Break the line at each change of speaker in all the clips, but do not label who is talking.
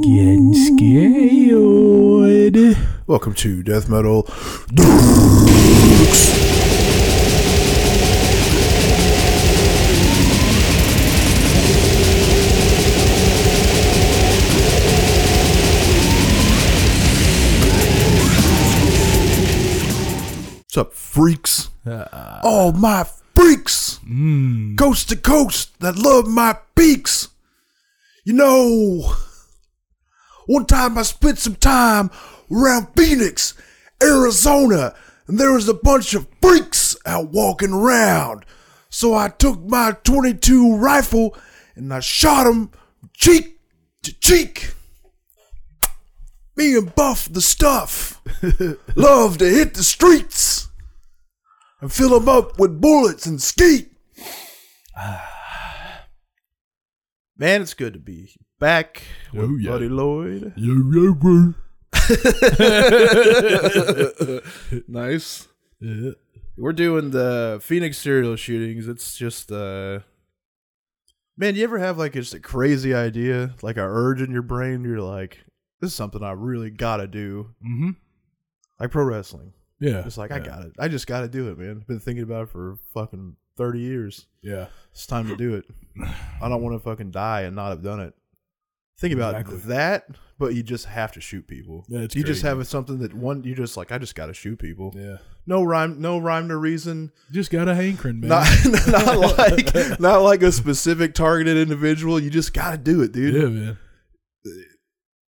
Getting scared.
Welcome to Death Metal. What's up, freaks? All my freaks, coast to coast, that love my beaks. You know, one time I spent some time around Phoenix, Arizona, and there was a bunch of freaks out walking around. So I took my 22 rifle and I shot 'em cheek to cheek. Me and Buff the stuff love to hit the streets and fill 'em up with bullets and skeet. Man, it's good to be back with
Oh, yeah.
Buddy Lloyd. nice. We're doing the Phoenix serial shootings. It's just uh Man, you ever have like just a crazy idea, like a urge in your brain? You're like, this is something I really gotta do.
Mm-hmm.
Like pro wrestling.
Yeah.
It's like I got it. I just gotta do it, man. Been thinking about it for fucking thirty years.
Yeah.
It's time to do it. I don't want to fucking die and not have done it. Think about
Exactly.
that, but you just have to shoot people.
Yeah, it's
you just
crazy.
have something that one you just like. I just gotta shoot people.
Yeah.
No rhyme, no rhyme, no reason.
Just got a hankering, man.
Not, not like not like a specific targeted individual. You just gotta do it, dude.
yeah, man.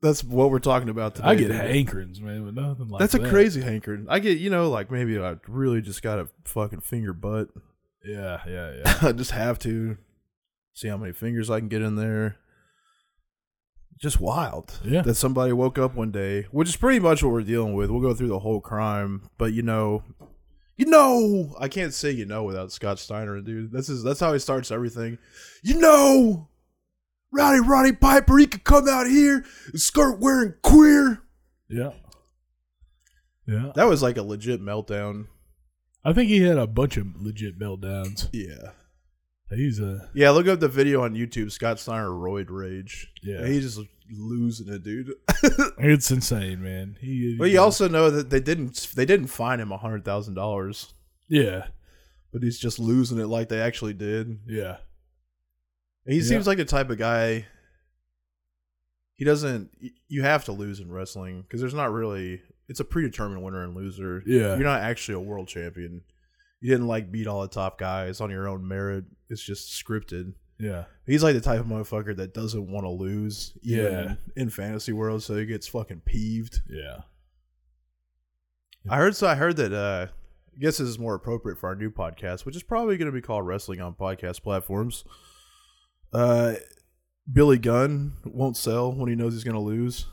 That's what we're talking about today.
I get
dude.
hankerings, man, but nothing like
That's
that.
a crazy hankering. I get, you know, like maybe I really just gotta fucking finger butt.
Yeah, yeah, yeah.
I just have to see how many fingers I can get in there. Just wild.
Yeah.
That somebody woke up one day, which is pretty much what we're dealing with. We'll go through the whole crime, but you know, you know, I can't say you know without Scott Steiner, dude. This is that's how he starts everything. You know, Rowdy Roddy Piper, he could come out here and start wearing queer.
yeah. Yeah.
That was like a legit meltdown.
I think he had a bunch of legit meltdowns.
Yeah.
He's a
Yeah, look up the video on YouTube. Scott Steiner roid rage.
Yeah.
he's just losing it, dude.
it's insane, man. He
but you also know that they didn't they didn't fine him hundred thousand dollars,
Yeah.
but he's just losing it like they actually did.
Yeah.
He
Yeah.
seems like the type of guy. He doesn't. y- You have to lose in wrestling because there's not really. It's a predetermined winner and loser.
Yeah.
you're not actually a world champion. You didn't like beat all the top guys on your own merit. It's just scripted.
Yeah.
He's like the type of motherfucker that doesn't want to lose. even
Yeah.
In fantasy world, so he gets fucking peeved.
Yeah.
I heard. So I heard that. uh I guess this is more appropriate for our new podcast, which is probably going to be called Wrestling on Podcast Platforms. Uh, Billy Gunn won't sell when he knows he's going to lose.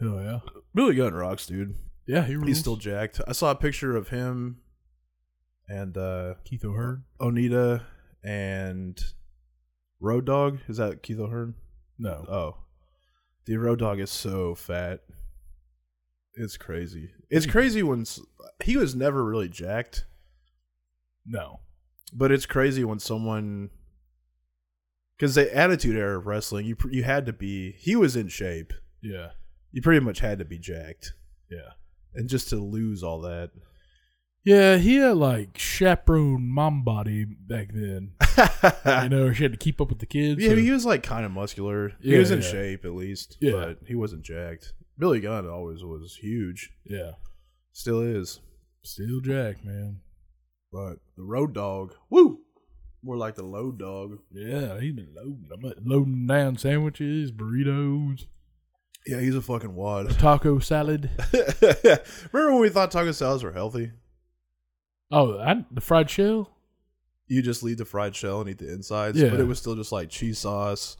Oh yeah.
Billy Gunn rocks, dude.
Yeah, he rules.
He's still jacked. I saw a picture of him and uh
Keith O'Hearn.
Onita and Road Dog. Is that Keith O'Hearn?
No.
Oh, the road dog is so fat. It's crazy.
Hmm.
It's crazy when s- he was never really jacked,
no.
but it's crazy when someone because the attitude era of wrestling, you pr- you had to be. He was in shape.
Yeah.
You pretty much had to be jacked,
Yeah.
and just to lose all that.
Yeah, he had like chaperone mom body back then. you know, she had to keep up with the kids.
yeah,
so-
he was like kind of muscular. he
Yeah,
was in
yeah.
shape at least,
Yeah.
but he wasn't jacked. Billy Gunn always was huge,
yeah.
still is.
Still Jack, man.
But the road dog, woo, more like the load dog.
Yeah, he's been loading, I'm like, loading down sandwiches, burritos,
Yeah, he's a fucking wad.
taco salad.
Remember when we thought taco salads were healthy?
Oh, I, the fried shell.
You just leave the fried shell and eat the insides,
Yeah.
but it was still just like cheese sauce,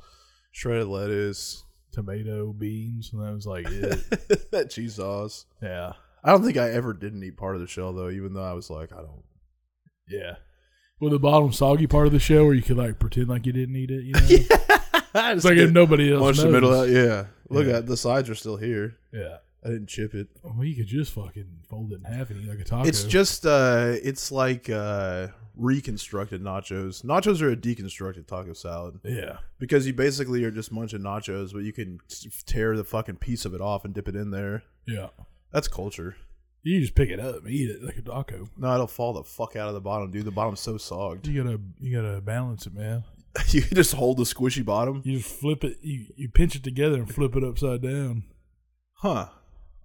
shredded lettuce,
tomato, beans, and I was like, yeah,
that cheese sauce.
yeah,
I don't think I ever didn't eat part of the shell though, even though I was like, I don't.
yeah. Well, the bottom soggy part of the show where you could like pretend like you didn't eat it, you know? it's like if nobody else
Munch
knows.
the middle out. Yeah, look
Yeah.
at the sides are still here.
Yeah,
I didn't chip it.
Well, you could just fucking fold it in half and eat like a taco.
It's just uh it's like uh reconstructed nachos. Nachos are a deconstructed taco salad
yeah.
because you basically are just munching nachos, but you can s- tear the fucking piece of it off and dip it in there.
Yeah.
That's culture.
You just pick it up and eat it like a taco.
No, it'll fall the fuck out of the bottom, dude. The bottom's so sogged.
You gotta you gotta balance it, man.
you just hold the squishy bottom.
You just flip it. You, you pinch it together and flip it upside down
Huh.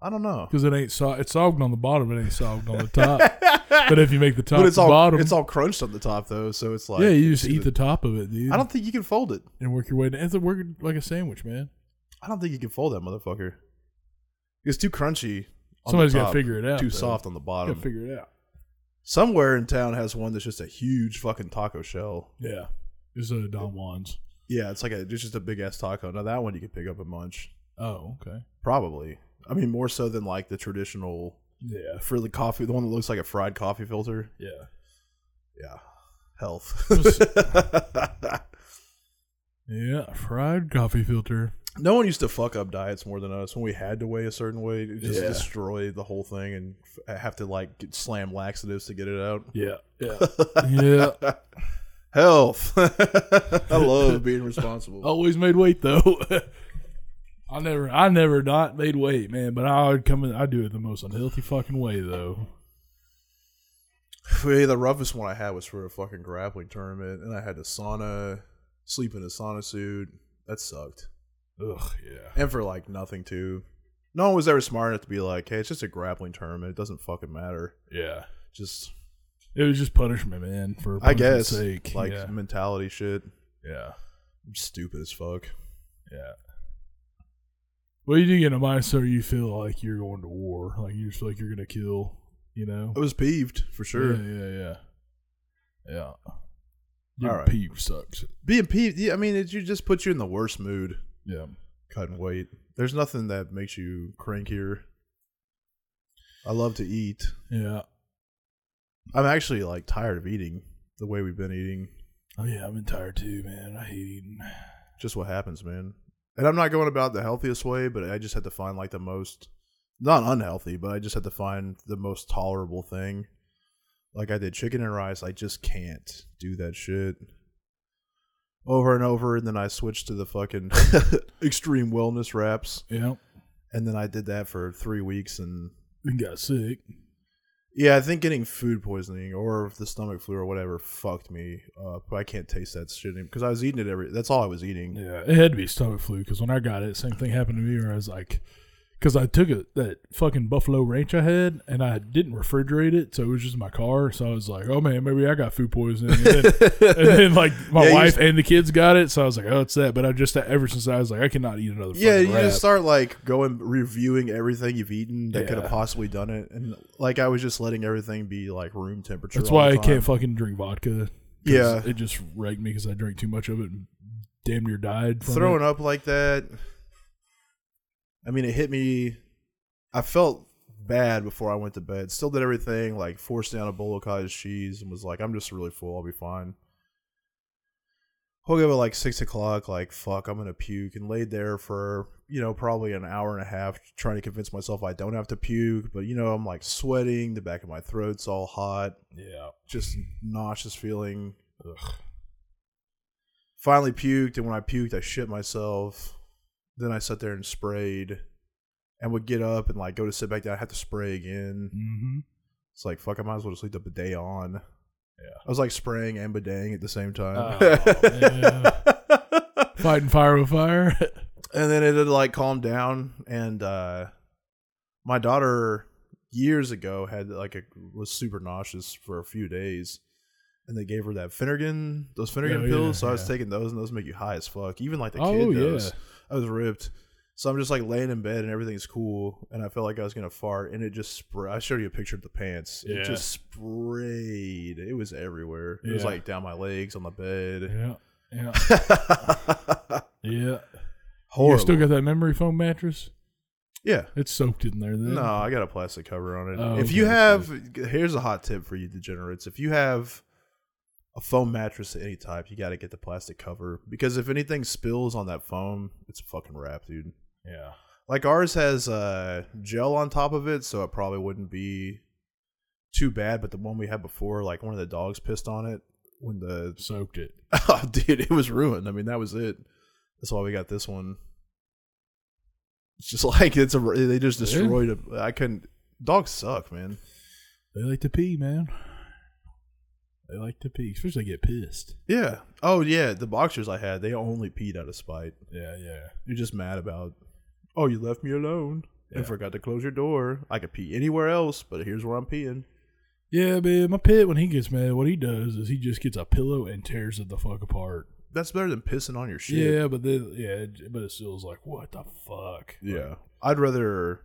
I don't know.
because it ain't so it's sogged on the bottom. It ain't sogged on the top. but if you make the top,
But it's
the
all
bottom.
it's all crunched on the top though, so it's like
yeah, you just
dude,
eat the top of it, dude.
I don't think you can fold it.
and work your way down. It's a work like a sandwich, man.
I don't think you can fold that motherfucker. It's too crunchy. on
Somebody's
the
gotta
top,
figure it out,
Too
though.
soft on the
Gotta
bottom.
figure it out.
Somewhere in town has one that's just a huge fucking taco shell.
Yeah, it's a Don Juan's.
Yeah, it's like a it's just a big ass taco. Now that one you could pick up and munch,
Oh, okay.
probably. I mean, more so than like the traditional
Yeah,
frilly coffee, the one that looks like a fried coffee filter.
yeah.
Yeah, health.
Yeah, fried coffee filter.
no one used to fuck up diets more than us. When we had to weigh a certain way, it just
Yeah.
destroyed the whole thing and f- uh, have to like get, slam laxatives to get it out.
Yeah, yeah, yeah.
health. I love being responsible.
Always made weight though. I never, I never not made weight, man. But I would come in, I do it the most unhealthy fucking way though.
Yeah, the roughest one I had was for a fucking grappling tournament, and I had to sauna, sleep in a sauna suit. That sucked,
Ugh, yeah.
and for like nothing too. No one was ever smart enough to be like, "Hey, it's just a grappling tournament. It doesn't fucking matter."
Yeah.
Just,
It was just punishment, man, for
I
punishment's
guess,
sake.
like
yeah.
mentality shit.
yeah.
I'm stupid as fuck.
Yeah. Well, you do get in a mindset where you feel like you're going to war. Like you just feel like you're gonna kill, you know?
I was peeved for Oh, sure.
Yeah, yeah, yeah. Yeah. Your
All right.
pee sucks.
Being peeved, yeah, I mean, it you just puts you in the worst mood.
Yeah.
Cutting weight. There's nothing that makes you crankier. I love to eat.
Yeah.
I'm actually like tired of eating the way we've been eating.
Oh yeah, I've been tired too, man. I hate eating.
Just what happens, man. And I'm not going about the healthiest way, but I just had to find like the most not unhealthy, but I just had to find the most tolerable thing. Like I did chicken and rice, I just can't do that shit. Over and over, and then I switched to the fucking extreme wellness wraps,
Yeah.
and then I did that for three weeks, and
And got sick.
Yeah, I think getting food poisoning or the stomach flu or whatever fucked me up. I can't taste that shit anymore because I was eating it every. That's all I was eating.
Yeah, it had to be stomach flu because when I got it, same thing happened to me. Where I was like, because I took it that fucking buffalo ranch I had, and I didn't refrigerate it, so it was just in my car. So I was like, oh man, maybe I got food poisoning. And then, and then like my
Yeah, you
wife
just-
and the kids got it, so I was like, oh, it's that. But I just ever since I was like, I cannot eat another.
Yeah,
fucking
you
wrap.
just start like going reviewing everything you've eaten that could
Yeah.
have possibly done it, and like I was just letting everything be like room temperature.
That's
all
why
the
I
time.
can't fucking drink vodka. 'cause
Yeah.
it just wrecked me because I drank too much of it and damn near died. From
throwing
it.
up like that. I mean, it hit me. I felt bad before I went to bed. Still did everything, like forced down a bowl of cottage cheese and was like, I'm just really full. I'll be fine. Woke up at like six o'clock, like, fuck, I'm going to puke, and laid there for, you know, probably an hour and a half trying to convince myself I don't have to puke. But, you know, I'm like sweating. The back of my throat's all hot
Yeah,
just nauseous feeling. Finally puked, and when I puked, I shit myself. Then I sat there and sprayed, and would get up and like go to sit back down. I had to spray again.
mm-hmm.
It's like fuck, I might as well just leave the bidet on.
Yeah.
I was like spraying and bideting at the same time.
Oh, fighting fire with fire.
and then it had like calmed down and uh my daughter years ago had like a was super nauseous for a few days and they gave her that Finnegan those Finnegan
Oh, yeah,
pills so I was
yeah.
taking those and those make you high as fuck even like the
Oh,
kid
yeah.
does I was ripped so I'm just like laying in bed and everything's cool and I felt like I was gonna fart and it just spray I showed you a picture of the pants
Yeah.
it just sprayed it was everywhere it was
Yeah.
like down my legs on the bed
yeah, yeah, yeah. You
horrible
still got that memory foam mattress?
yeah
It's soaked in there then.
No, I got a plastic cover on it.
Oh,
if
okay,
you
that's
have, here's a hot tip for you degenerates. If you have a foam mattress of any type, you got to get the plastic cover because if anything spills on that foam, it's a fucking wrap, dude.
Yeah.
Like ours has uh, gel on top of it, so it probably wouldn't be too bad. But the one we had before, like one of the dogs pissed on it when the
Soaked it.
oh, dude, it was ruined. I mean, that was it. That's why we got this one. It's just like it's a they just
Yeah.
destroyed it. I couldn't. Dogs suck, man.
They like to pee, man. They like to pee, especially if they get pissed.
Yeah. Oh yeah, the boxers I had, they only peed out of spite.
Yeah, yeah.
You're just mad about. Oh, you left me alone
Yeah.
and forgot to close your door. I could pee anywhere else, but here's where I'm peeing.
Yeah, man. My pet, when he gets mad, what he does is he just gets a pillow and tears it the fuck apart.
That's better than pissing on your shit.
Yeah, but then yeah, it- but it still is like, what the fuck?
Yeah. I'd rather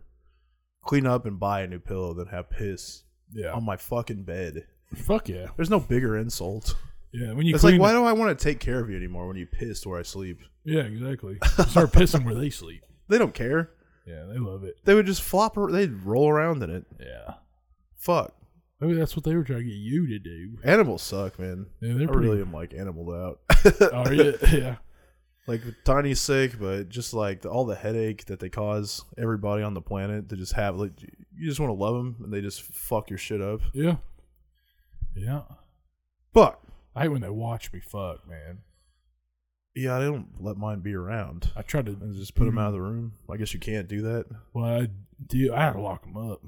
clean up and buy a new pillow than have piss
yeah.
on my fucking bed.
fuck yeah.
There's no bigger insult.
Yeah. When you
it's
clean,
like, why do I want to take care of you anymore when you pissed where I sleep?
yeah, exactly. Start pissing where they sleep.
They don't care.
Yeah, they love it.
They would just flop. Or, they'd roll around in it.
Yeah.
Fuck.
Maybe that's what they were trying to get you to do.
Animals suck, man.
Yeah, they're
I
pretty.
really am like animaled out.
oh yeah, yeah.
like Tiny's sick, but just like the, all the headache that they cause everybody on the planet to just have. Like you just want to love them, and they just fuck your shit up.
Yeah. Yeah.
But
I hate when they watch me fuck, man.
yeah, I don't let mine be around.
I tried to
And just put
Mm-hmm.
them out of the room. I guess you can't do that.
Well, I do. I had to lock them up.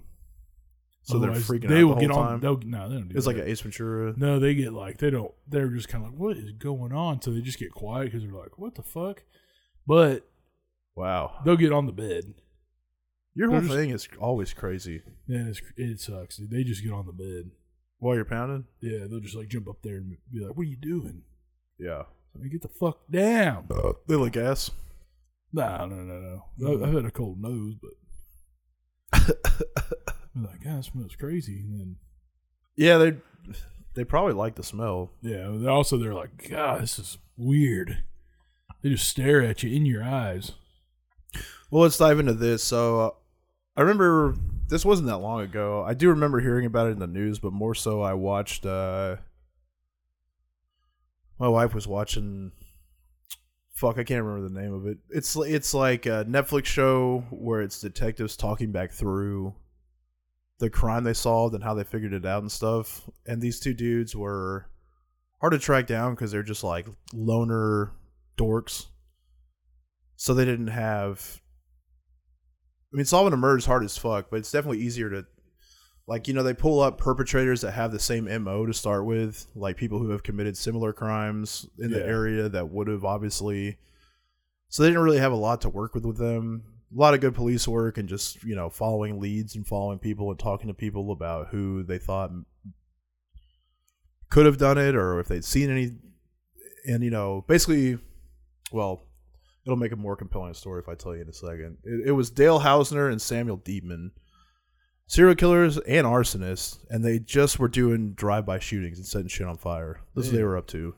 So they're
Otherwise,
freaking
they
out
will
the
get
whole
on.
time?
They'll, no, they don't do
It's
that.
like an Ace Ventura.
no, they get like they don't. They're just kind of like, what is going on? So they just get quiet because they're like, what the fuck? But
Wow,
they'll get on the bed.
your whole
There's-
thing is always crazy.
Yeah, it's, it sucks. dude. They just get on the bed.
While you're pounding,
Yeah, they'll just like jump up there and be like, "What are you doing?
yeah,
I mean, get the fuck down!"
Uh, they like ass.
No, no, no, no. I, I've had a cold nose, but I'm like, God, it smells crazy. And then
Yeah, they they probably like the smell.
Yeah. They're also, they're like, God, this is weird. They just stare at you in your eyes.
Well, let's dive into this. So, uh, I remember this wasn't that long ago. I do remember hearing about it in the news, but more so, I watched. Uh, my wife was watching. Fuck, I can't remember the name of it. It's it's like a Netflix show where it's detectives talking back through the crime they solved and how they figured it out and stuff. And these two dudes were hard to track down because they're just like loner dorks. So they didn't have. I mean, solving a murder is hard as fuck, but it's definitely easier to, like, you know, they pull up perpetrators that have the same MO to start with, like people who have committed similar crimes in the
Yeah.
area that would have obviously. So they didn't really have a lot to work with with them. A lot of good police work and just you know following leads and following people and talking to people about who they thought could have done it or if they'd seen any and you know basically well it'll make a more compelling story if i tell you in a second it, it was dale hausner and samuel deepman serial killers and arsonists and they just were doing drive-by shootings and setting shit on fire that's what they were up to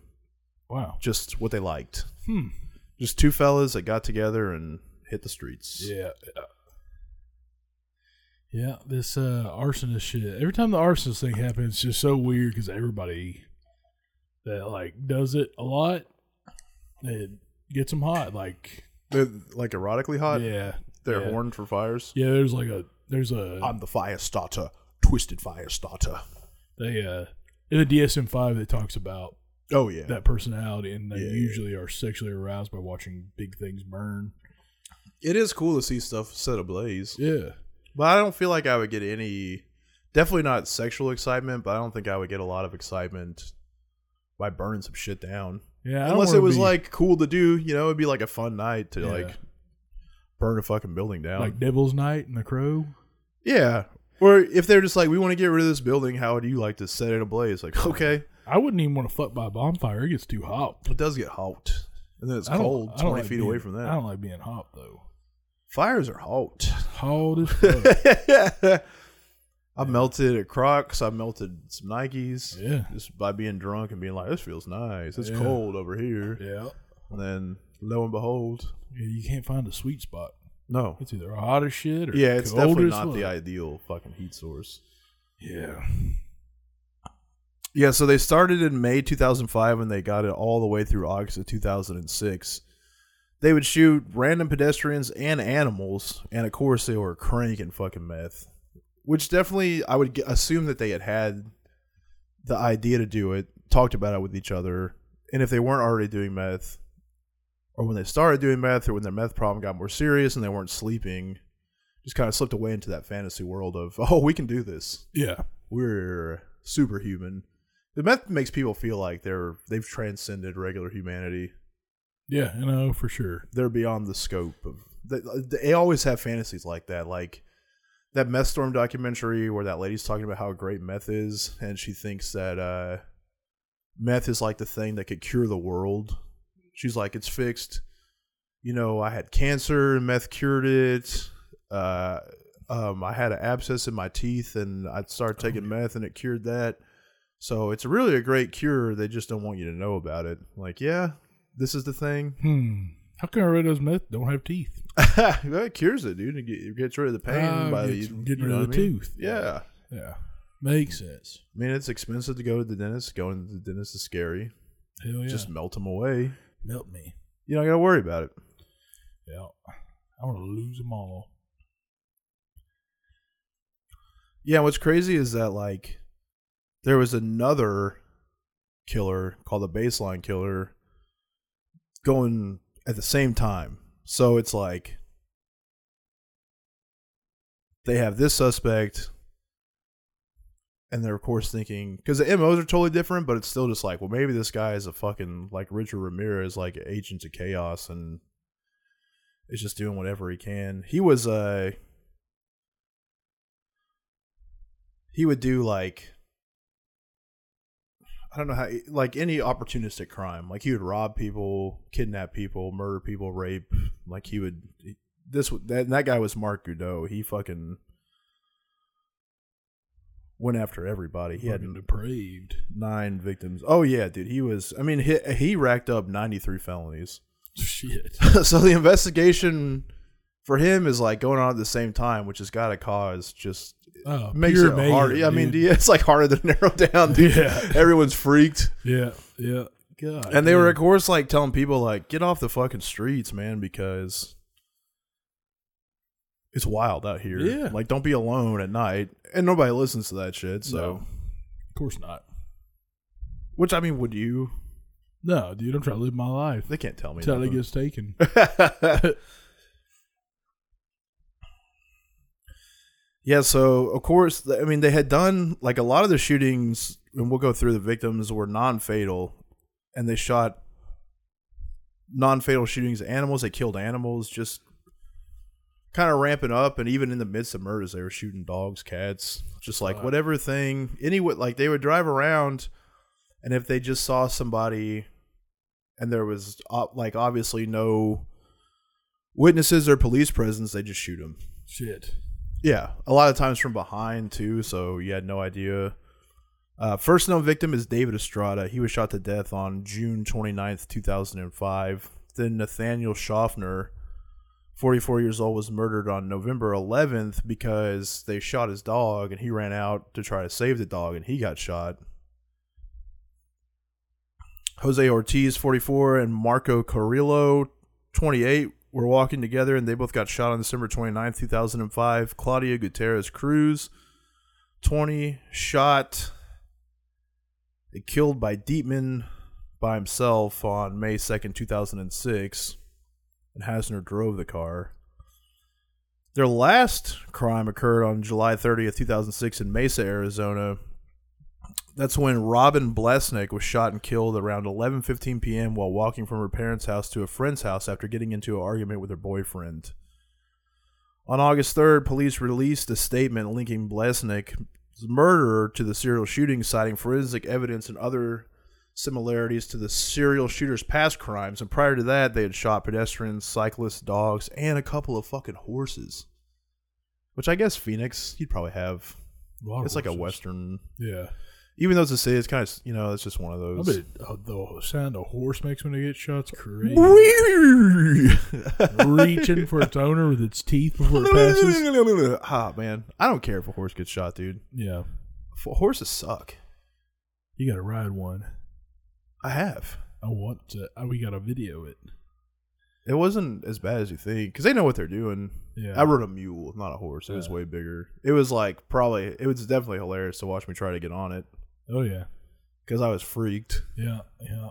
Wow.
just what they liked
Hmm.
just two fellas that got together and hit the streets
Yeah. Yeah, this uh, arsonist shit. Every time the arsonist thing happens, it's just so weird because everybody that like does it a lot, it gets them hot. Like,
They're, like erotically hot
yeah,
they're
yeah.
horned for fires
Yeah, there's like a there's a
i'm the fire starter twisted fire starter
they uh in the DSM five that talks about
oh yeah
that personality, and they
Yeah, yeah.
usually are sexually aroused by watching big things burn.
it is cool to see stuff set ablaze
Yeah,
But I don't feel like I would get any. Definitely not sexual excitement, but I don't think I would get a lot of excitement by burning some shit down.
yeah. I don't
Unless it
wanna
was
be,
like cool to do, you know, it'd be like a fun night to
Yeah.
like burn a fucking building down.
like Devil's Night and the Crow.
yeah. Or if they're just like, we want to get rid of this building, how would you like to set it ablaze? Like, okay,
I wouldn't even want to fuck by a bonfire. It gets too hot.
it does get hot. And then it's
I don't-
cold
I don't
20
like
feet
being-
away from
I
that.
don't like being hot though.
Fires are hot.
Hot as fuck.
I melted at Crocs. I melted some Nikes.
yeah,
just by being drunk and being like, "This feels nice. It's
Yeah.
cold over here."
yeah.
And then lo and behold,
Yeah, You can't find a sweet spot.
no.
It's either hot as shit or
Yeah, it's
cold
definitely
as
not the
fuck.
ideal fucking heat source.
Yeah,
Yeah, so they started in May 2005 and they got it all the way through August of 2006. They would shoot random pedestrians and animals, and of course they were cranking fucking meth, which definitely I would g- assume that they had had the idea to do it, talked about it with each other, and if they weren't already doing meth, or when they started doing meth, or when their meth problem got more serious and they weren't sleeping, just kind of slipped away into that fantasy world of oh we can do this,
Yeah.
we're superhuman. The meth makes people feel like they're they've transcended regular humanity
Yeah, you know, for sure.
they're beyond the scope of they, they always have fantasies like that like that meth storm documentary where that lady's talking about how great meth is and she thinks that uh meth is like the thing that could cure the world she's like it's fixed you know i had cancer and meth cured it uh um i had an abscess in my teeth and i started taking meth and it cured that so it's really a great cure they just don't want you to know about it like yeah this is the thing
Hmm. How come Redo's meth don't have teeth?
that cures it, dude. It get- It gets rid of the pain
Oh,
by
gets-
you-
getting
you
rid
know
of
what
the
I mean?
tooth.
Yeah,
Yeah. Makes sense.
I mean it's expensive to go to the dentist. Going to the dentist is scary.
Hell yeah.
Just melt them away.
melt me.
You don't got to worry about it.
Yeah. I want to lose them all.
Yeah, what's crazy is that like there was another killer called the baseline killer going at the same time. So it's like they have this suspect and they're of course thinking because the MOs are totally different, but it's still just like, well, maybe this guy is a fucking like Richard Ramirez, like agent of chaos, and is just doing whatever he can. He was uh he would do like I don't know how like any opportunistic crime. Like he would rob people, kidnap people, murder people, rape. Like he would this that that guy was Mark Godot. He fucking went after everybody. He had
Fucking depraved.
nine victims. Oh yeah, dude, he was. I mean, he, he racked up ninety three felonies.
Shit.
so the investigation for him is like going on at the same time, which has got to cause just
Oh,
makes
pure
it
mayhem,
hard. I mean,
dude.
yeah, it's like harder to narrow down. Dude.
Yeah.
everyone's freaked,
yeah, yeah. God.
and they were of
damn.
course like telling people like, "Get off the fucking streets, man," because. It's wild out here.
Yeah.
Like, don't be alone at night. And nobody listens to that shit. So,
No. Of course not.
which I mean, would you?
No, dude, I'm trying to live my life.
They can't tell me.
Until it
nothing.
gets taken.
yeah, so of course, th- I mean, they had done like a lot of the shootings, and we'll go through the victims were non fatal, and they shot non fatal shootings of animals. They killed animals, just kind of ramping up. And even in the midst of murders, they were shooting dogs, cats, just like
Fuck.
whatever thing. Any, like they would drive around, and if they just saw somebody and there was ob- like obviously no witnesses or police presence they just shoot him
Shit.
yeah a lot of times from behind too so you had no idea uh, first known victim is david estrada he was shot to death on june 29th 2005 then nathaniel schaffner 44 years old was murdered on november 11th because they shot his dog and he ran out to try to save the dog and he got shot Jose Ortiz, 44, and Marco Carrillo, 28, were walking together and they both got shot on December 29th, 2005. Claudia Gutierrez Cruz, 20, shot and killed by Deepman by himself on May 2nd, 2006. And Hasner drove the car. Their last crime occurred on July 30th, 2006, in Mesa, Arizona that's when Robin Blesnick was shot and killed around 11:15 p.m. while walking from her parents' house to a friend's house after getting into an argument with her boyfriend. On August 3rd, police released a statement linking Blesnick's murderer to the serial shooting, citing forensic evidence and other similarities to the serial shooter's past crimes. And prior to that, they had shot pedestrians, cyclists, dogs, and a couple of fucking horses. Which I guess Phoenix, you'd probably have.
lot of
It's like a
horses.
western
Yeah.
even though it's a city, it's kind of you know it's just one of
I
those.
bet uh, the sound a horse makes when it gets shot's crazy. Reaching for its owner with its teeth before it passes.
ah man, I don't care if a horse gets shot, dude.
Yeah.
F- Horses suck.
You got to ride one.
I have.
I want to. I, we got to video it.
it wasn't as bad as you think because they know what they're doing.
Yeah.
I rode a mule, not a horse. It was way bigger. It was like probably it was definitely hilarious to watch me try to get on it
Oh yeah,
because I was freaked.
yeah, yeah.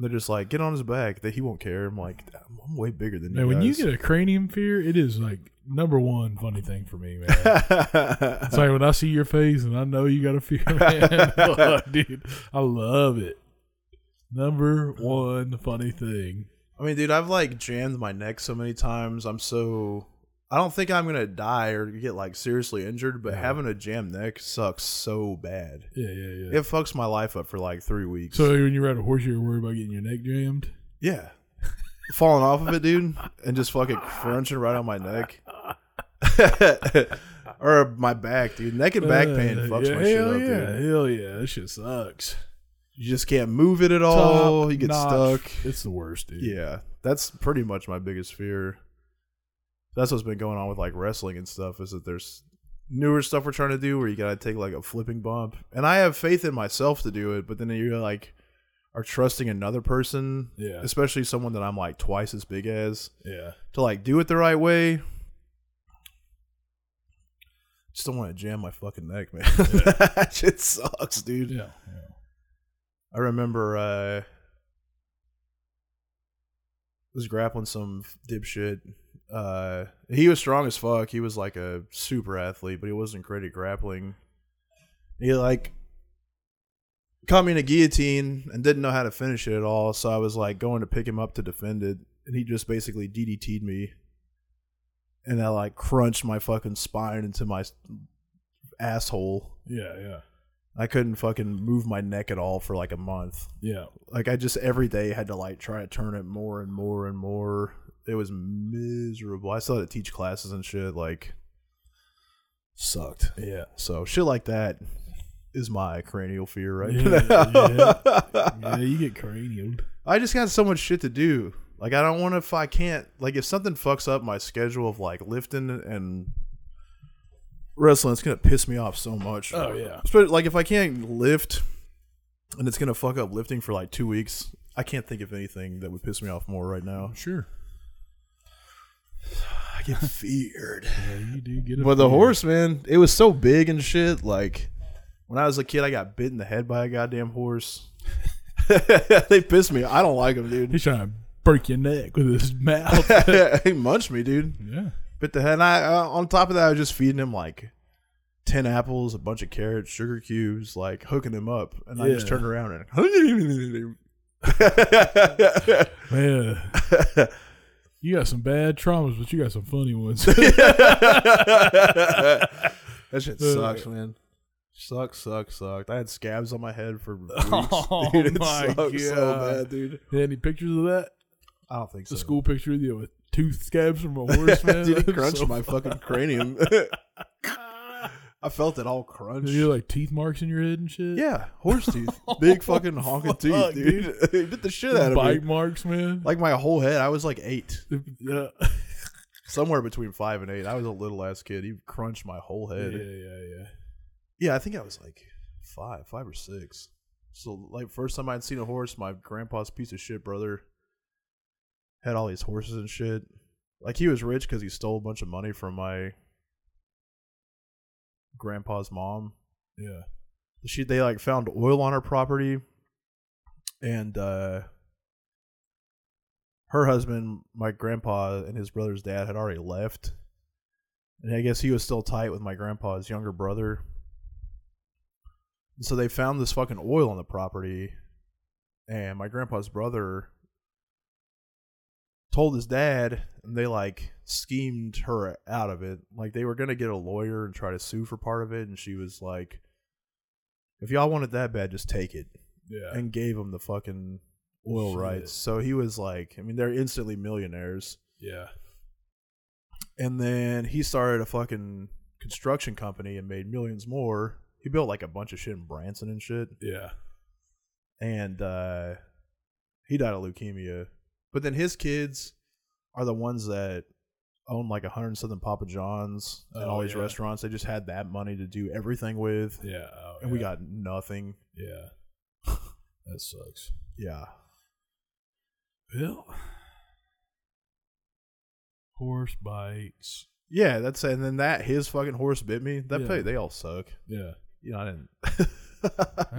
They're just like, get on his back. That he won't care. I'm like, I'm I'm way bigger than
Man,
you.
when you
guys."
get a cranium fear, it is like number one funny thing for me, man. it's like when I see your face and I know you got a fear, man. Oh, dude, I love it. Number one funny thing.
I mean, dude, I've like jammed my neck so many times. I'm so. I don't think I'm gonna die or get like seriously injured, but having a jammed neck sucks so bad.
Yeah, yeah, yeah.
It fucks my life up for like three weeks.
so when you ride a horse, you're worried about getting your neck jammed.
yeah, falling off of it, dude, and just fucking crunching right on my neck. or my back, dude. Neck and back pain
Uh,
fucks
yeah,
my shit
hell
up,
yeah,
dude.
Hell yeah, that shit sucks.
You just can't move it at all. Oh, you get
Top-notch.
stuck.
It's the worst, dude.
Yeah, that's pretty much my biggest fear. That's what's been going on with like wrestling and stuff is that there's newer stuff we're trying to do where you gotta take like a flipping bump, and I have faith in myself to do it, but then you like are trusting another person,
Yeah.
especially someone that I'm like twice as big as,
yeah.
to like do it the right way. Just don't want to jam my fucking neck, man. that shit sucks, dude.
Yeah.
I remember uh was grappling some dipshit. Uh he was strong as fuck. He was like a super athlete, but he wasn't great at grappling. He like caught me in a guillotine and didn't know how to finish it at all, so I was like going to pick him up to defend it, and he just basically DDT'd me. And I like crunched my fucking spine into my s- asshole.
Yeah. Yeah.
I couldn't fucking move my neck at all for like a month
Yeah.
like I just every day had to like try to turn it more and more and more. It was miserable. I still had to teach classes and shit. Like sucked.
Yeah.
So shit like that is my cranial fear right
Yeah,
now.
Yeah, you get craniumed.
I just got so much shit to do. Like I don't want to if I can't like if something fucks up my schedule of like lifting and wrestling, it's gonna piss me off so much.
Oh, yeah.
Especially like if I can't lift and it's gonna fuck up lifting for like two weeks, I can't think of anything that would piss me off more right now.
Sure.
I get feared.
Yeah, you do get a
But the
fear.
horse, man, it was so big and shit. Like when I was a kid, I got bit in the head by a goddamn horse. they pissed me. I don't like them, dude.
He's trying to break your neck with his mouth.
he munched me, dude.
yeah.
bit the head. And I, uh, on top of that, I was just feeding him like ten apples, a bunch of carrots, sugar cubes, like hooking him up. And I just
Yeah.
turned around and
Man. you got some bad traumas, but you got some funny ones.
that shit sucks, man. Sucks, sucks, sucked. I had scabs on my head for weeks.
Oh,
dude, it
my
sucked so
God.
bad, dude.
Yeah, Any pictures of that?
I don't think
The
so.
school picture of you with tooth scabs from a horse, man.
dude,
That's
it crunched
so
my fucking cranium. I felt it all crunch.
funny. You like teeth marks in your head and shit.
Yeah, horse teeth. Big fucking honking
Fuck,
teeth, dude. he bit the shit out of
bite
me.
marks, man.
Like my whole head. I was like eight.
yeah,
Somewhere between five and eight. I was a little ass kid. He crunched my whole
yeah,
head. Yeah,
yeah, yeah.
I think I was like five, five or six. So like first time I'd seen a horse, my grandpa's piece of shit brother had all these horses and shit. Like he was rich because he stole a bunch of money from my grandpa's mom.
Yeah.
she they like found oil on her property and uh her husband my grandpa and his brother's dad had already left and i guess he was still tight with my grandpa's younger brother and so they found this fucking oil on the property and my grandpa's brother told his dad and they like schemed her out of it like they were gonna get a lawyer and try to sue for part of it and she was like if y'all want it that bad, just take it.
Yeah.
And gave him the fucking oil
Shit.
rights. So he was like, I mean, they're instantly millionaires.
yeah.
And then he started a fucking construction company and made millions more. He built like a bunch of shit in Branson and shit.
Yeah.
And uh, he died of leukemia. But then his kids are the ones that own like a hundred and something Papa John's and
Oh,
all these
yeah.
restaurants. They just had that money to do everything with.
Yeah. Oh,
And we
yeah.
got nothing.
Yeah. that sucks.
Yeah.
Well, horse bites.
Yeah, that's and then that his fucking horse bit me. That
Yeah.
pay, they all suck.
Yeah.
You know, I didn't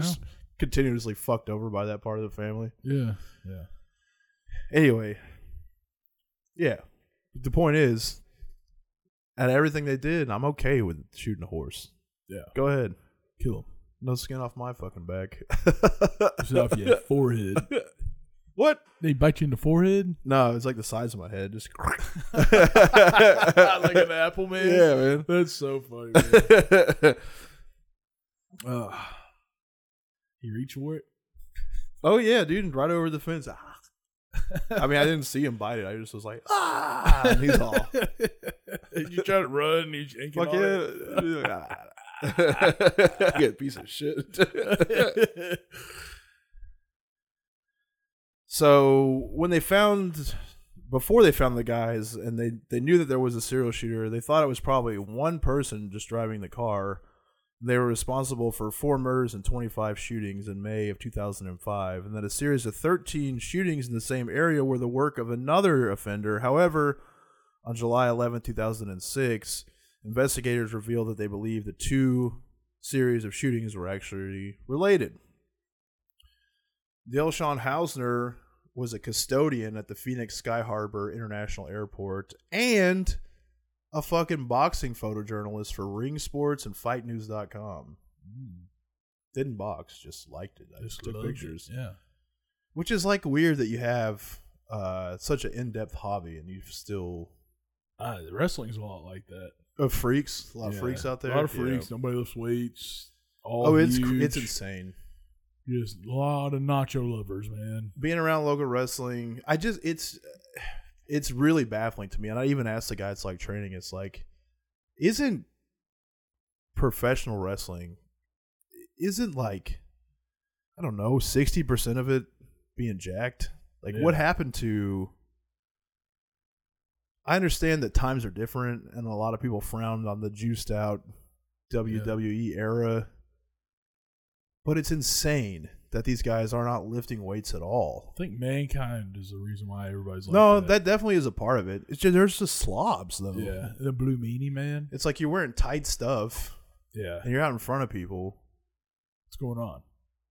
just continuously fucked over by that part of the family.
Yeah. Yeah.
Anyway, yeah. The point is, at everything they did, I'm okay with shooting a horse.
Yeah.
Go ahead,
Kill him.
no skin off my fucking back.
It's off your forehead.
what?
They bite you in the forehead?
No, it's like the size of my head. Just
like an apple, man.
yeah, man.
That's so funny, man. uh, he reached for it.
oh yeah, dude, and right over the fence. Ah. I mean, I didn't see him bite it. I just was like, ah, and he's all
you try to run and he's yanking
fuck
on
yeah.
it.
Get a piece of shit. so when they found before they found the guys and they, they knew that there was a serial shooter, they thought it was probably one person just driving the car. They were responsible for four murders and 25 shootings in May of 2005, and that a series of 13 shootings in the same area were the work of another offender. However, on July 11, 2006, investigators revealed that they believe the two series of shootings were actually related. Dilshan Hausner was a custodian at the Phoenix Sky Harbor International Airport and a fucking boxing photojournalist for Ring Sports and FightNews.com.
Mm,
Didn't box, just liked it. I just took
loves it.
pictures
Yeah.
which is like weird that you have uh, such an in-depth hobby and you still
Uh, wrestling's a lot like that.
of freaks, a lot
Yeah.
of freaks out there,
A lot of
Yeah.
freaks. Nobody lifts weights. All
Oh, it's
huge.
it's insane.
Just a lot of nacho lovers, man.
Being around local wrestling, I just it's it's really baffling to me. And I even asked the guy it's like training. It's like, isn't professional wrestling isn't like I don't know sixty percent of it being jacked? Like, what
Yeah.
happened to? I understand that times are different, and a lot of people frowned on the juiced out WWE era. But it's insane that these guys are not lifting weights at all.
I think mankind is the reason why everybody's like
no, that.
that.
definitely is a part of it. It's just there's just slobs though.
yeah, the blue meanie man.
It's like you're wearing tight stuff
Yeah,
and you're out in front of people.
what's going on?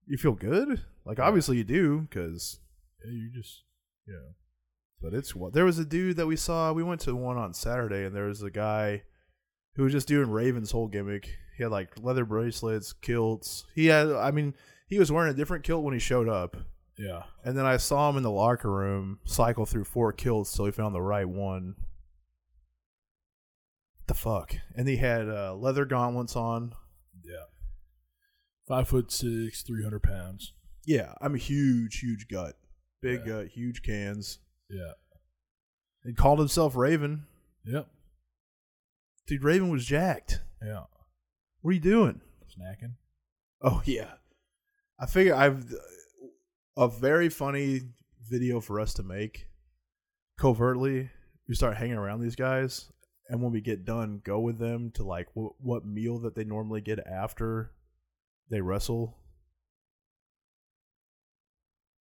You feel good? Like obviously you do cuz
Yeah, you just yeah.
but it's what there was a dude that we saw we went to one on Saturday and there was a guy who was just doing Raven's whole gimmick. He had like leather bracelets, kilts. He had I mean, he was wearing a different kilt when he showed up.
Yeah,
And then I saw him in the locker room cycle through four kills till he found the right one. The fuck? And he had uh, leather gauntlets on.
yeah. Five foot six, three hundred pounds.
Yeah, I'm a huge, huge gut. Big
Yeah.
gut, huge cans.
Yeah,
And called himself Raven.
yep,
Dude, Raven was jacked.
yeah.
What are you doing?
Snacking.
Oh, yeah. I figure I've a very funny video for us to make covertly. We start hanging around these guys, and when we get done, go with them to like w- what meal that they normally get after they wrestle.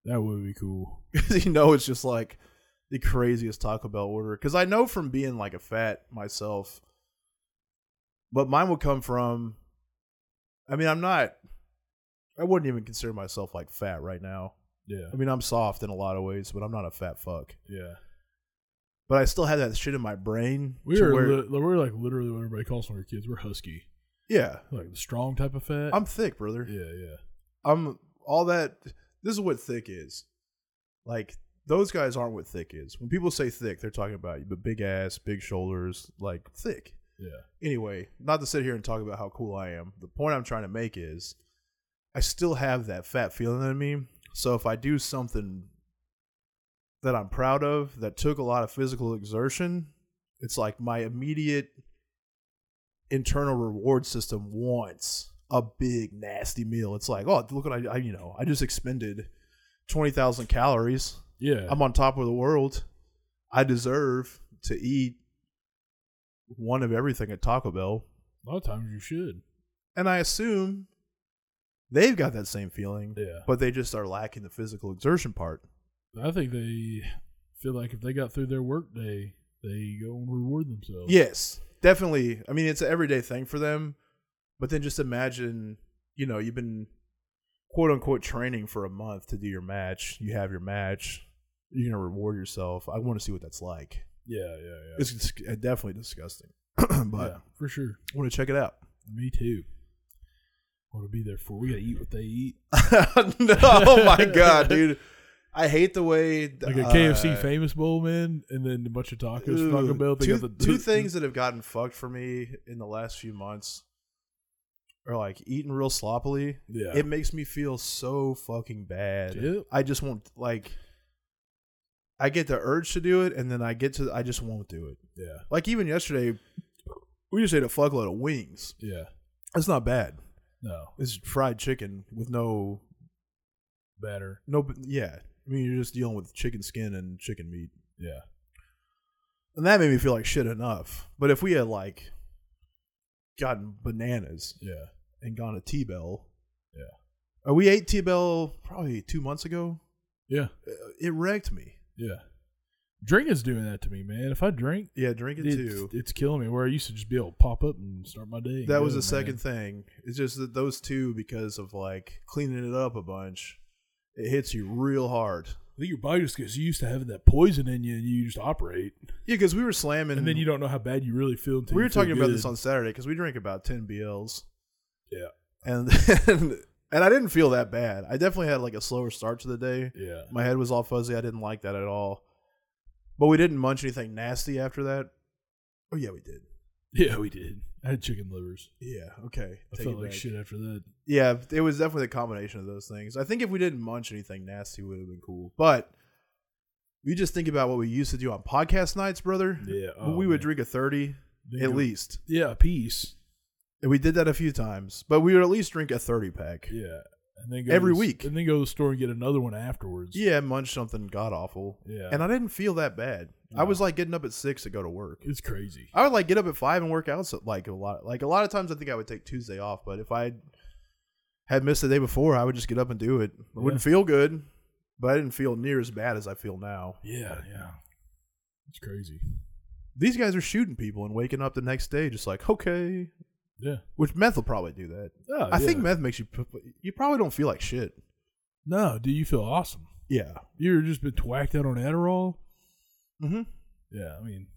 That would be cool.
you know, it's just like the craziest Taco Bell order. Because I know from being like a fat myself, but mine would come from. I mean, I'm not. I wouldn't even consider myself like fat right now.
Yeah,
I mean, I'm soft in a lot of ways, but I'm not a fat fuck.
yeah.
But I still had that shit in my brain.
We
to
are
where-
li- we're like literally what everybody calls when we're kids. We're husky,
yeah.
like the strong type of fat.
I'm thick, brother.
uh, yeah, yeah,
I'm all that. This is what thick is. Like those guys aren't what thick is. When people say thick, they're talking about you, but big ass, big shoulders, like thick.
yeah.
anyway, not to sit here and talk about how cool I am. The point I'm trying to make is I still have that fat feeling in me. So if I do something that I'm proud of that took a lot of physical exertion, it's like my immediate internal reward system wants a big nasty meal. It's like, oh, look what I, I you know, I just expended 20,000 calories.
Yeah,
I'm on top of the world. I deserve to eat one of everything at Taco Bell.
a lot of times you should.
And I assume they've got that same feeling,
Yeah.
but they just are lacking the physical exertion part.
I think they feel like if they got through their work day, they go and reward themselves.
Yes, definitely. I mean, it's an everyday thing for them. But then just imagine, you know, you've been quote unquote training for a month to do your match. You have your match. You're gonna reward yourself. I want to see what that's like.
yeah, yeah, yeah.
It's, it's definitely disgusting, but
Yeah, for sure.
I want to check it out.
Me too. Want to be there for? We gotta eat what they eat.
no, oh my god, dude! I hate the way
Like a
uh,
KFC famous bowl, man, and then a bunch of tacos. from Taco
Ooh,
Bell. They
two,
got the
two things that have gotten fucked for me in the last few months are like eating real sloppily.
Yeah.
It makes me feel so fucking bad.
Yep.
I just won't like I get the urge to do it and then I get to I just won't do it.
yeah,
Like even yesterday we just ate a fuckload of wings.
yeah.
That's not bad.
No,
It's fried chicken with no
batter.
no yeah. I mean you're just dealing with chicken skin and chicken meat.
Yeah,
And that made me feel like shit enough. But if we had like gotten bananas
yeah.
and gone to T Bell,
Yeah.
uh, we ate T Bell probably two months ago.
Yeah,
Uh, It wrecked me.
yeah. Drink is doing that to me, man. If I drink,
Yeah, drink it
it's,
too.
it's killing me. Where I used to just be able to pop up and start my day. and
that
go,
was the
man.
second thing. It's just that those two, because of like cleaning it up a bunch, it hits you real hard.
I think your body just gets used to having that poison in you, and you just operate,
Yeah, because we were slamming.
and then you don't know how bad you really feel. Until
We
you
were
feel
talking about this
good.
on Saturday because we drank about ten BLs.
Yeah.
and and I didn't feel that bad. I definitely had like a slower start to the day.
Yeah,
My head was all fuzzy. I didn't like that at all. But we didn't munch anything nasty after that. Oh yeah, we did.
yeah, we did. I had chicken livers.
Yeah. Okay.
I
Take
felt
it
like
back.
shit after that.
Yeah, it was definitely a combination of those things. I think if we didn't munch anything nasty, it would have been cool. But we just think about what we used to do on podcast nights, brother.
Yeah,
we
oh,
would
man.
drink a thirty
Drink
at
a-
least.
Yeah, a piece.
And we did that a few times, but we would at least drink a thirty pack.
Yeah, and then go
Every
to the s-
week.
and then go to the store and get another one afterwards.
Yeah, munch something god awful.
Yeah.
And I didn't feel that bad. I
No.
was like getting up at six to go to work.
it's crazy.
I would like get up at five and work out so, like a lot. Like a lot of times, I think I would take Tuesday off, but if I had missed the day before, I would just get up and do it. It wouldn't feel good, but I didn't feel near as bad as I feel now.
Yeah, yeah, it's crazy.
These guys are shooting people and waking up the next day just like okay,
Yeah,
which meth will probably do that.
Oh,
I think
yeah.
meth makes you p- you probably don't feel like shit.
No, do you feel awesome?
Yeah.
You've just been twacked out on Adderall.
Mm-hmm.
Yeah, I mean,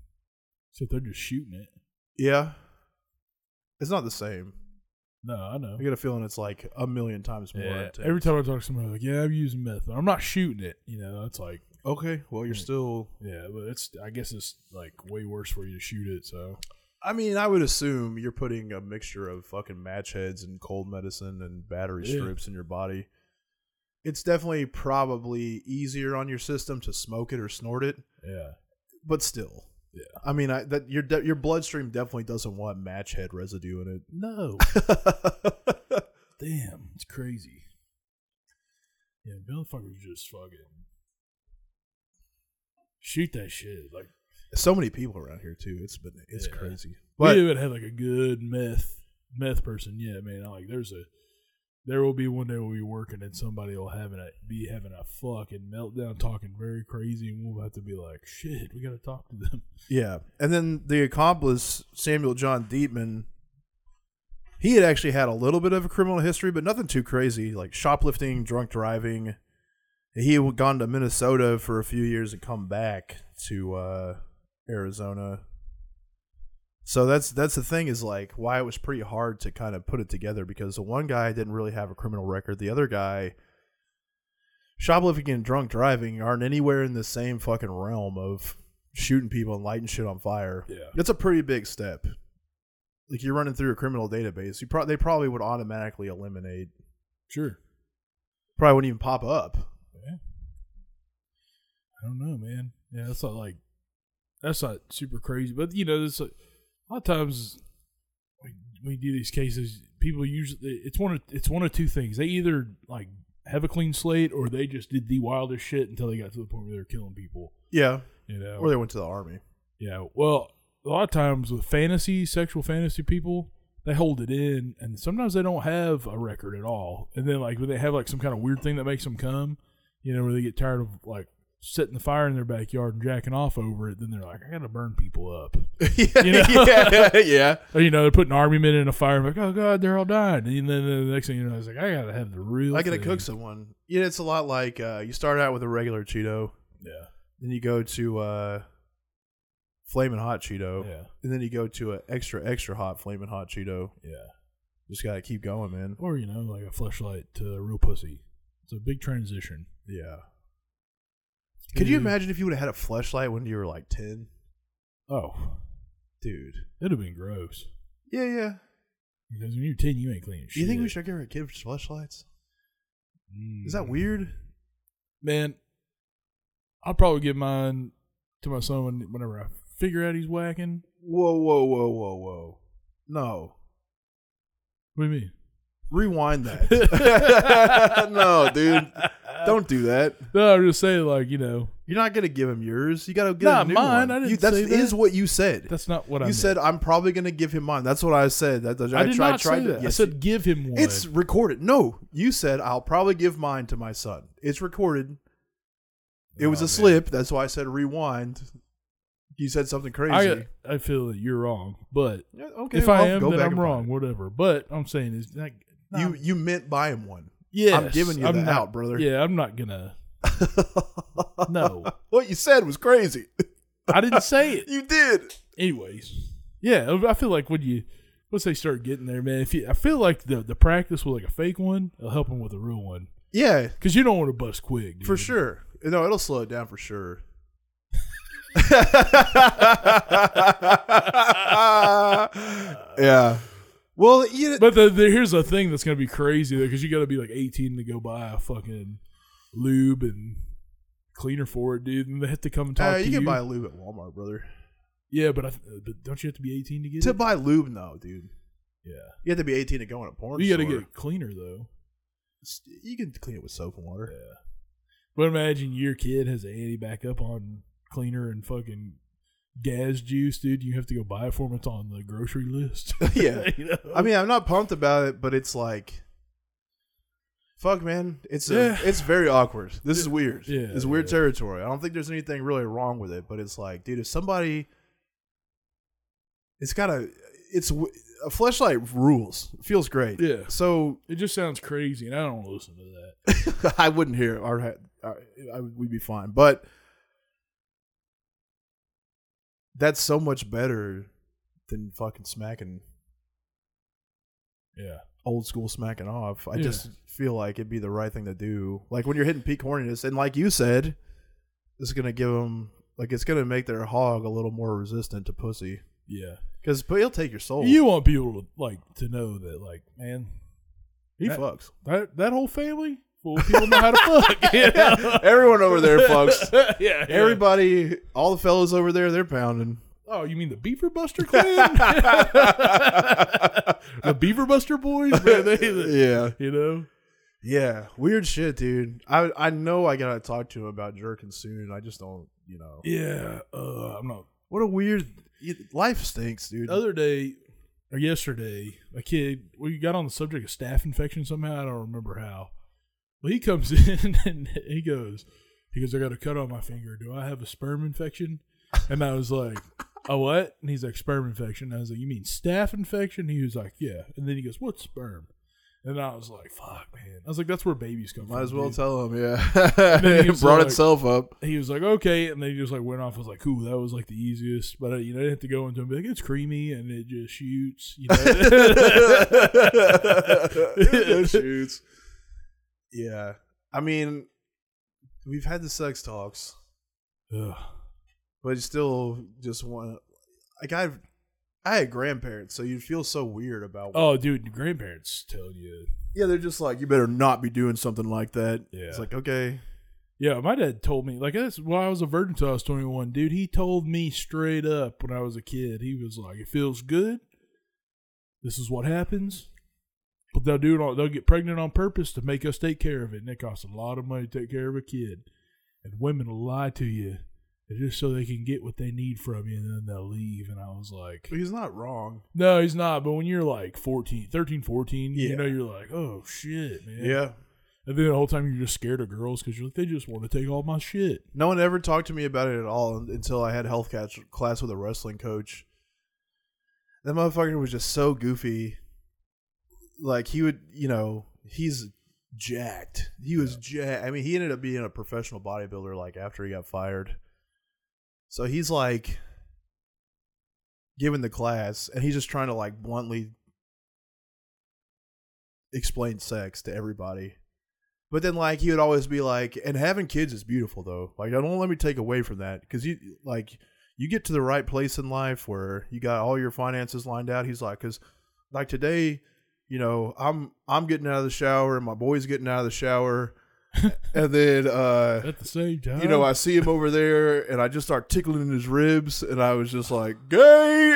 except they're just shooting it.
Yeah. It's not the same.
No, I know.
I get a feeling it's like a million times more.
Yeah,
intense.
every time I talk to somebody, like, yeah, I'm using meth, but I'm not shooting it. You know, that's like,
Okay. Well, you're
Mm.
still
yeah, but it's, I guess it's like way worse for you to shoot it. So,
I mean, I would assume you're putting a mixture of fucking match heads and cold medicine and battery
Yeah.
strips in your body. It's definitely probably easier on your system to smoke it or snort it,
yeah,
but still.
Yeah.
I mean, I, that your de- your bloodstream definitely doesn't want match head residue in
no,
it.
damn, it's crazy. Yeah, motherfuckers just fucking shoot that shit. Like,
so many people around here too. It's been it's
Yeah.
crazy.
But
But
we haven't had like a good meth meth person yet, man. I'm like, there's a there will be one day we'll be working and somebody will having a be having a fucking meltdown, talking very crazy, and we'll have to be like, shit, we gotta talk to them.
Yeah, and then the accomplice Samuel John Dietman, he had actually had a little bit of a criminal history, but nothing too crazy, like shoplifting, drunk driving. He had gone to Minnesota for a few years and come back to uh, Arizona. So that's that's the thing is like why it was pretty hard to kind of put it together because the one guy didn't really have a criminal record, the other guy shoplifting and drunk driving aren't anywhere in the same fucking realm of shooting people and lighting shit on fire.
Yeah.
That's a pretty big step. Like you're running through a criminal database. You pro- they probably would automatically eliminate.
Sure.
Probably wouldn't even pop up.
I don't know, man. Yeah, that's not like that's not super crazy, but you know, this a lot of times we, we do these cases. People usually it's one of it's one of two things. They either like have a clean slate, or they just did the wildest shit until they got to the point where they're killing people.
Yeah.
You know,
Or they went to the army.
Yeah. Well, a lot of times with fantasy, sexual fantasy people, they hold it in, and sometimes they don't have a record at all. And then like when they have like some kind of weird thing that makes them come, you know, where they get tired of like setting the fire in their backyard and jacking off over it, then they're like, I gotta burn people up.
yeah,
You know?
yeah, yeah.
Or, you know, they're putting army men in a fire and like, oh god, they're all dying. And then the next thing you know, it's like, I gotta have the real.
I gotta
thing."
cook someone. Yeah, it's a lot like uh, you start out with a regular Cheeto,
Yeah,
then you go to uh, flaming hot Cheeto,
yeah,
and then you go to an extra extra hot flaming hot Cheeto.
yeah.
Just gotta keep going, man.
Or you know, like a flashlight to a real pussy. It's a big transition.
Yeah. Could you
Dude.
imagine if you would have had a flashlight when you were like ten,
Oh,
dude?
it'd have been gross.
Yeah, yeah.
Because when you're ten, you ain't cleaning shit.
You think we should give our kids flashlights? Is that
Mm.
weird?
man, I'll probably give mine to my son when, whenever I figure out he's whacking.
Whoa, whoa, whoa, whoa, whoa. No.
What do you mean?
Rewind that. no, dude. Don't do that.
No, I'm just saying, like, you know,
You're not gonna give him yours. You gotta give
Not
him a new
mine.
One.
I didn't
you, that's,
say that.
is what you said.
that's not what I
you
meant.
said I'm probably gonna give him mine. That's what I said. That, that-
I, did
tried,
not
tried
say
to.
that. I
yes,
said give him one.
it's recorded. No, you said I'll probably give mine to my son. It's recorded. It was
Oh,
a
man.
slip. That's why I said rewind. You said something crazy.
I, I feel that you're wrong, but
Yeah, okay,
if
well,
I
I'll
am,
go
then
back
I'm
and
wrong.
find
Whatever. But I'm saying is that
it. You you meant buy him one.
yes,
I'm giving you
I'm
the
not-
out, brother.
Yeah, I'm not gonna. No,
what you said was crazy.
I didn't say it.
You did.
anyways, yeah, I feel like when you once they start getting there, man, if you, I feel like the the practice with like a fake one, it'll help them with a real one
Yeah,
because you don't want to bust quick dude.
for sure. No, it'll slow it down for sure. yeah. Well, you
But the, the, here's the thing that's gonna be crazy though, because you got to be like 18 to go buy a fucking lube and cleaner for it, dude, and they have to come and talk
uh,
to
you
you.
can buy lube at Walmart, brother.
yeah, but I, th- but don't you have to be 18 to get
To
it?
buy lube, no, dude.
Yeah,
You have to be 18 to go in a porn
you got to
store.
get it cleaner though.
S- You can clean it with soap and water.
But imagine your kid has an anti back up on cleaner and fucking gas juice, dude. You have to go buy it for him. It's on the grocery list.
Yeah.
You know?
I mean, I'm not pumped about it, but it's like, fuck, man. It's a,
Yeah.
it's very awkward. This is weird.
Yeah,
it's weird
yeah.
territory. I don't think there's anything really wrong with it, but it's like, dude, if somebody, it's gotta, it's w- a flashlight rules. Feels great.
Yeah.
So
it just sounds crazy, and I don't wanna listen to that.
I wouldn't hear it. Our, our, I, we'd be fine. But that's so much better than fucking smacking
Yeah.
old school smacking off. I
Yeah.
just feel like it'd be the right thing to do. Like when you're hitting peak horniness, and like you said, it's gonna give them like it's gonna make their hog a little more resistant to pussy
Yeah.
because but he'll take your soul.
You want people to like to know that, like, man,
he
that-
fucks.
that that whole family, full of people know how to fuck. you know?
Everyone over there fucks.
yeah, yeah.
Everybody, all the fellas over there, they're pounding.
Oh, you mean the Beaver Buster clan? the Beaver Buster boys, man. They, they-
yeah.
you know.
Yeah, weird shit, dude. I I know I gotta talk to him about jerking soon. I just don't, you know.
Yeah, uh, I'm not
What a weird life stinks, dude.
the other day or yesterday, a kid we got on the subject of staph infection somehow. I don't remember how. But he comes in and he goes, he goes, I got a cut on my finger. Do I have a sperm infection? And I was like, a what? And he's like, sperm infection. I was like, you mean staph infection? He was like, yeah. And then he goes, what's sperm? And I was like, fuck, man. I was like, that's where babies come from.
Might as well
dude."
tell him. Yeah,
then he
it
was
brought
like-
itself up.
he was like, okay, and then he just like went off. I was like, cool, that was like the easiest, but uh, you know, they have to go into it and be like, it's creamy and it just shoots, you know.
shoots. Yeah, I mean, we've had the sex talks,
Ugh.
but you still just want like I, I had grandparents, so you feel so weird about.
Oh, dude, your grandparents telling you,
Yeah, they're just like, you better not be doing something like that.
Yeah.
it's like okay,
yeah, my dad told me like that's why I was a virgin till I was twenty one, dude. He told me straight up when I was a kid. He was like, it feels good. This is what happens. But they'll do it. On, they'll get pregnant on purpose to make us take care of it, and it costs a lot of money to take care of a kid. And women will lie to you just so they can get what they need from you, and then they'll leave. And I was like,
but he's not wrong.
No, he's not. But when you're like 14, 13, 14,
Yeah.
you know, you're like, oh shit, man.
Yeah,
And then the whole time you're just scared of girls because you're like, they just want to take all my shit.
No one ever talked to me about it at all un- until I had health catch class with a wrestling coach. That motherfucker was just so goofy. Like he would, you know, he's jacked. He was jacked. I mean, he ended up being a professional bodybuilder like after he got fired. So he's like giving the class and he's just trying to like bluntly explain sex to everybody. But then, like, he would always be like, and having kids is beautiful, though. Like, don't let me take away from that. Cause you, like, you get to the right place in life where you got all your finances lined out. He's like, cause, like, today, you know, I'm, I'm getting out of the shower and my boy's getting out of the shower. and then, uh,
At the same time,
you know, I see him over there and I just start tickling his ribs and I was just like, gay.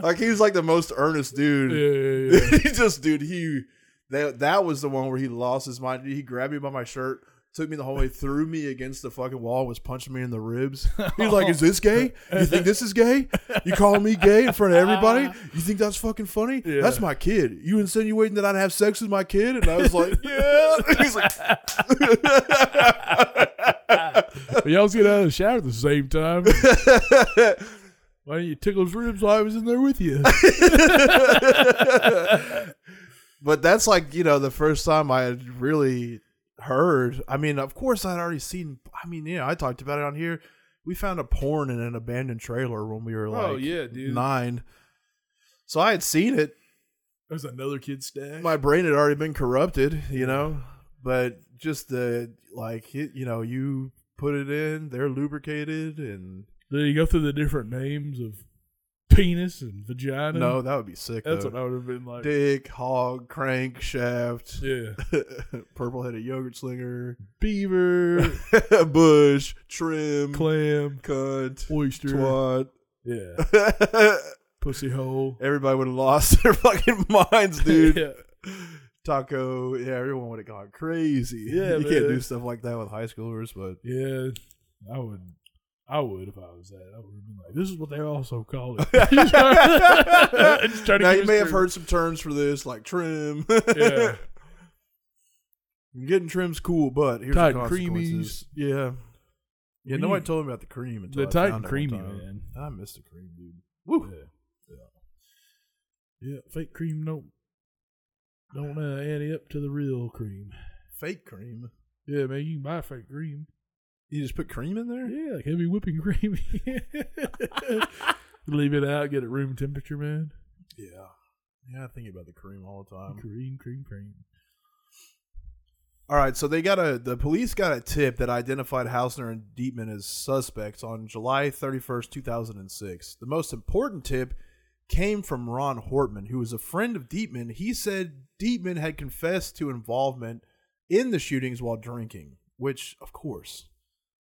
like, he was like the most earnest dude
yeah, yeah, yeah.
he just dude he that that was the one where he lost his mind he grabbed me by my shirt took me the whole way threw me against the fucking wall was punching me in the ribs he was like is this gay you think this is gay you call me gay in front of everybody you think that's fucking funny
Yeah.
that's my kid you insinuating that i'd have sex with my kid and i was like yeah he's like
Y'all was getting out of the shower at the same time. Why didn't you tickle his ribs while I was in there with you?
but that's like you know the first time I had really heard. I mean, of course I'd already seen. I mean, yeah, I talked about it on here. We found a porn in an abandoned trailer when we were like
Oh, yeah, dude.
nine. So I had seen it.
There's another kid stack.
My brain had already been corrupted, you know. But just the like, it, you know, you put it in, they're lubricated, and
Did you go through the different names of penis and vagina?
no, that would be sick.
that's
though.
what I would have been like.
Dick, hog, crank, shaft,
Yeah,
purple headed yogurt slinger,
beaver,
bush, trim,
clam,
cunt,
oyster,
twat.
yeah, pussy hole,
Everybody would have lost their fucking minds, dude.
yeah.
Taco, yeah, everyone would have gone crazy.
Yeah,
you can't
man.
do stuff like that with high schoolers, but
Yeah, I would. I would if I was that. I would have been like, "This is what they also call it." Just try to
now
keep
you
us
may have
through.
heard some terms for this, like trim.
Yeah,
Getting trim's cool, but here's
Tight
the
and
consequences. Yeah, yeah.
We
No one
need-
told me about the cream until
the
I
tight and
found it one
creamy
time.
man.
I missed the cream, dude.
Yeah. yeah, fake cream don't don't uh, add up to the real cream.
Fake cream.
Yeah, man, you can buy fake cream.
You just put cream in there.
Yeah, like heavy whipping cream. Leave it out, get it room temperature, man.
Yeah. Yeah, I think about the cream all the time.
Cream, cream, cream.
All right, so they got a the police got a tip that identified Hausner and Dietman as suspects on July 31st, 2006. The most important tip came from Ron Hortman, who was a friend of Dietman. He said Dietman had confessed to involvement in the shootings while drinking, which of course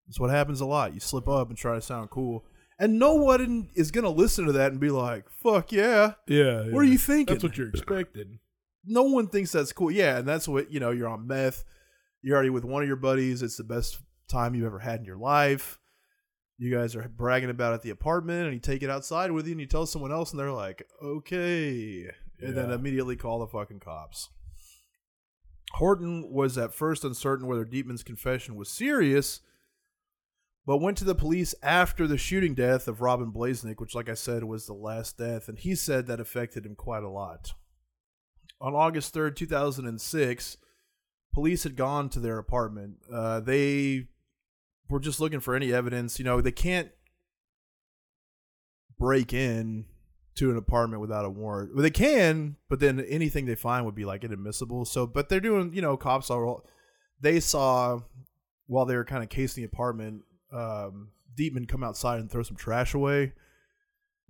is what happens a lot. You slip up and try to sound cool. And no one is going to listen to that and be like, "Fuck yeah."
Yeah.
What are
yeah.
you thinking?
That's what you're expecting.
no one thinks that's cool. Yeah, and that's what you know. You're on meth. You're already with one of your buddies. It's the best time you've ever had in your life. You guys are bragging about it at the apartment, and you take it outside with you, and you tell someone else, and they're like, "Okay," and then
Yeah.
immediately call the fucking cops. Horton was at first uncertain whether Deepman's confession was serious, but went to the police after the shooting death of Robin Blaznick, which, like I said, was the last death, and he said that affected him quite a lot. On August 3rd, 2006, police had gone to their apartment. Uh, they were just looking for any evidence. You know, they can't break in to an apartment without a warrant. Well, they can, but then anything they find would be like inadmissible. So, but they're doing, you know, cops are. all- They saw while they were kind of casing the apartment, um, Deepman come outside and throw some trash away.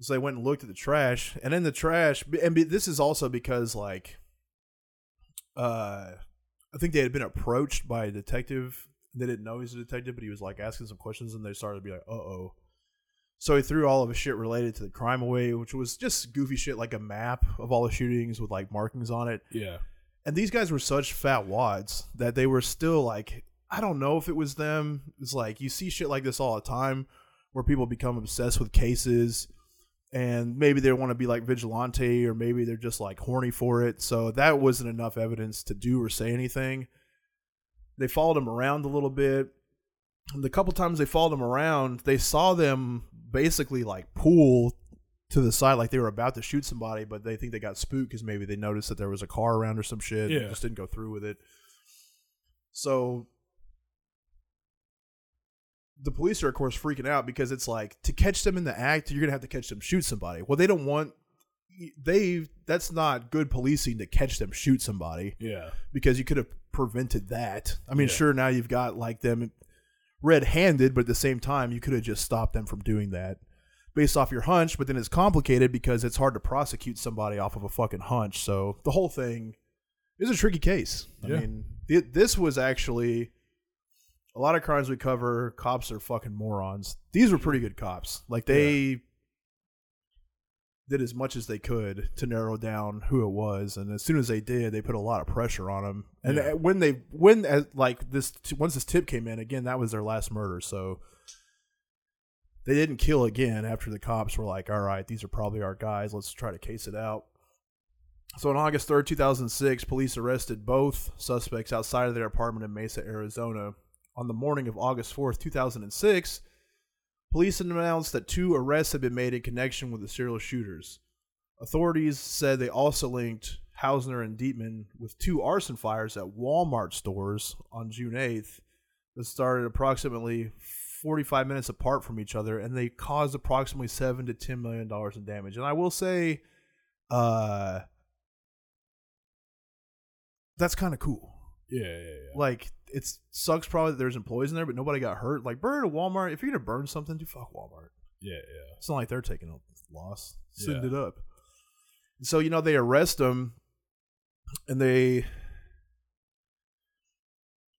So they went and looked at the trash, and in the trash, and be- this is also because like, uh, I think they had been approached by a detective. They didn't know he was a detective, but he was like asking some questions, and they started to be like, "Uh oh." So he threw all of his shit related to the crime away, which was just goofy shit like a map of all the shootings with like markings on it.
Yeah.
And these guys were such fat wads that they were still like, I don't know if it was them. It's like you see shit like this all the time where people become obsessed with cases and maybe they want to be like vigilante or maybe they're just like horny for it so that wasn't enough evidence to do or say anything they followed him around a little bit and the couple times they followed him around they saw them basically like pull to the side like they were about to shoot somebody but they think they got spooked because maybe they noticed that there was a car around or some shit and
Yeah.
just didn't go through with it so the police are of course freaking out because it's like to catch them in the act you're gonna have to catch them shoot somebody well they don't want they that's not good policing to catch them shoot somebody
Yeah.
because you could have prevented that i mean
Yeah.
sure now you've got like them red-handed but at the same time you could have just stopped them from doing that based off your hunch but then it's complicated because it's hard to prosecute somebody off of a fucking hunch so the whole thing is a tricky case i
Yeah.
mean th- this was actually a lot of crimes we cover, cops are fucking morons. These were pretty good cops. Like they did as much as they could to narrow down who it was, and as soon as they did, they put a lot of pressure on them. And
Yeah.
uh, when they when uh, like this once this tip came in again, that was their last murder. So they didn't kill again after the cops were like, "All right, these are probably our guys. Let's try to case it out." So on August 3rd, 2006, police arrested both suspects outside of their apartment in Mesa, Arizona. On the morning of August 4th, 2006, police announced that two arrests had been made in connection with the serial shooters. Authorities said they also linked Hausner and Dietman with two arson fires at Walmart stores on June 8th that started approximately 45 minutes apart from each other and they caused approximately 7 to 10 million dollars in damage. And I will say uh that's kind of cool.
Yeah. Yeah. yeah.
Like it sucks probably that there's employees in there, but nobody got hurt. Like burn at Walmart. If you're gonna burn something, do fuck Walmart.
Yeah. yeah.
It's not like they're taking a loss. Send
Yeah.
it up. So you know they arrest him, and they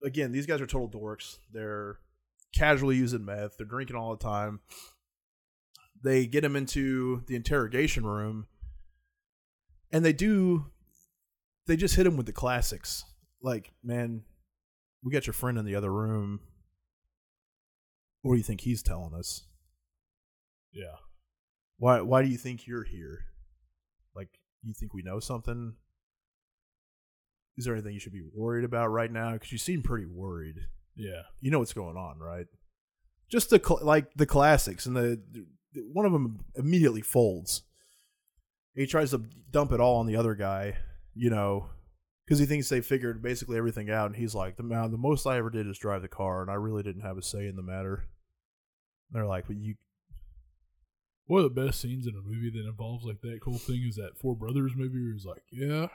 again these guys are total dorks. They're casually using meth. They're drinking all the time. They get him into the interrogation room, and they do. They just hit him with the classics. Like, man, we got your friend in the other room. What do you think he's telling us?
Yeah.
why why do you think you're here like you think we know something is there anything you should be worried about right now because you seem pretty worried
Yeah.
you know what's going on right just the cl- like the classics and the the- one of them immediately folds he tries to dump it all on the other guy you know because he thinks they figured basically everything out and he's like the, ma- the most i ever did is drive the car and i really didn't have a say in the matter And they're like but you
One of the best scenes in a movie that involves like that cool thing is that Four Brothers movie where he's like, Yeah,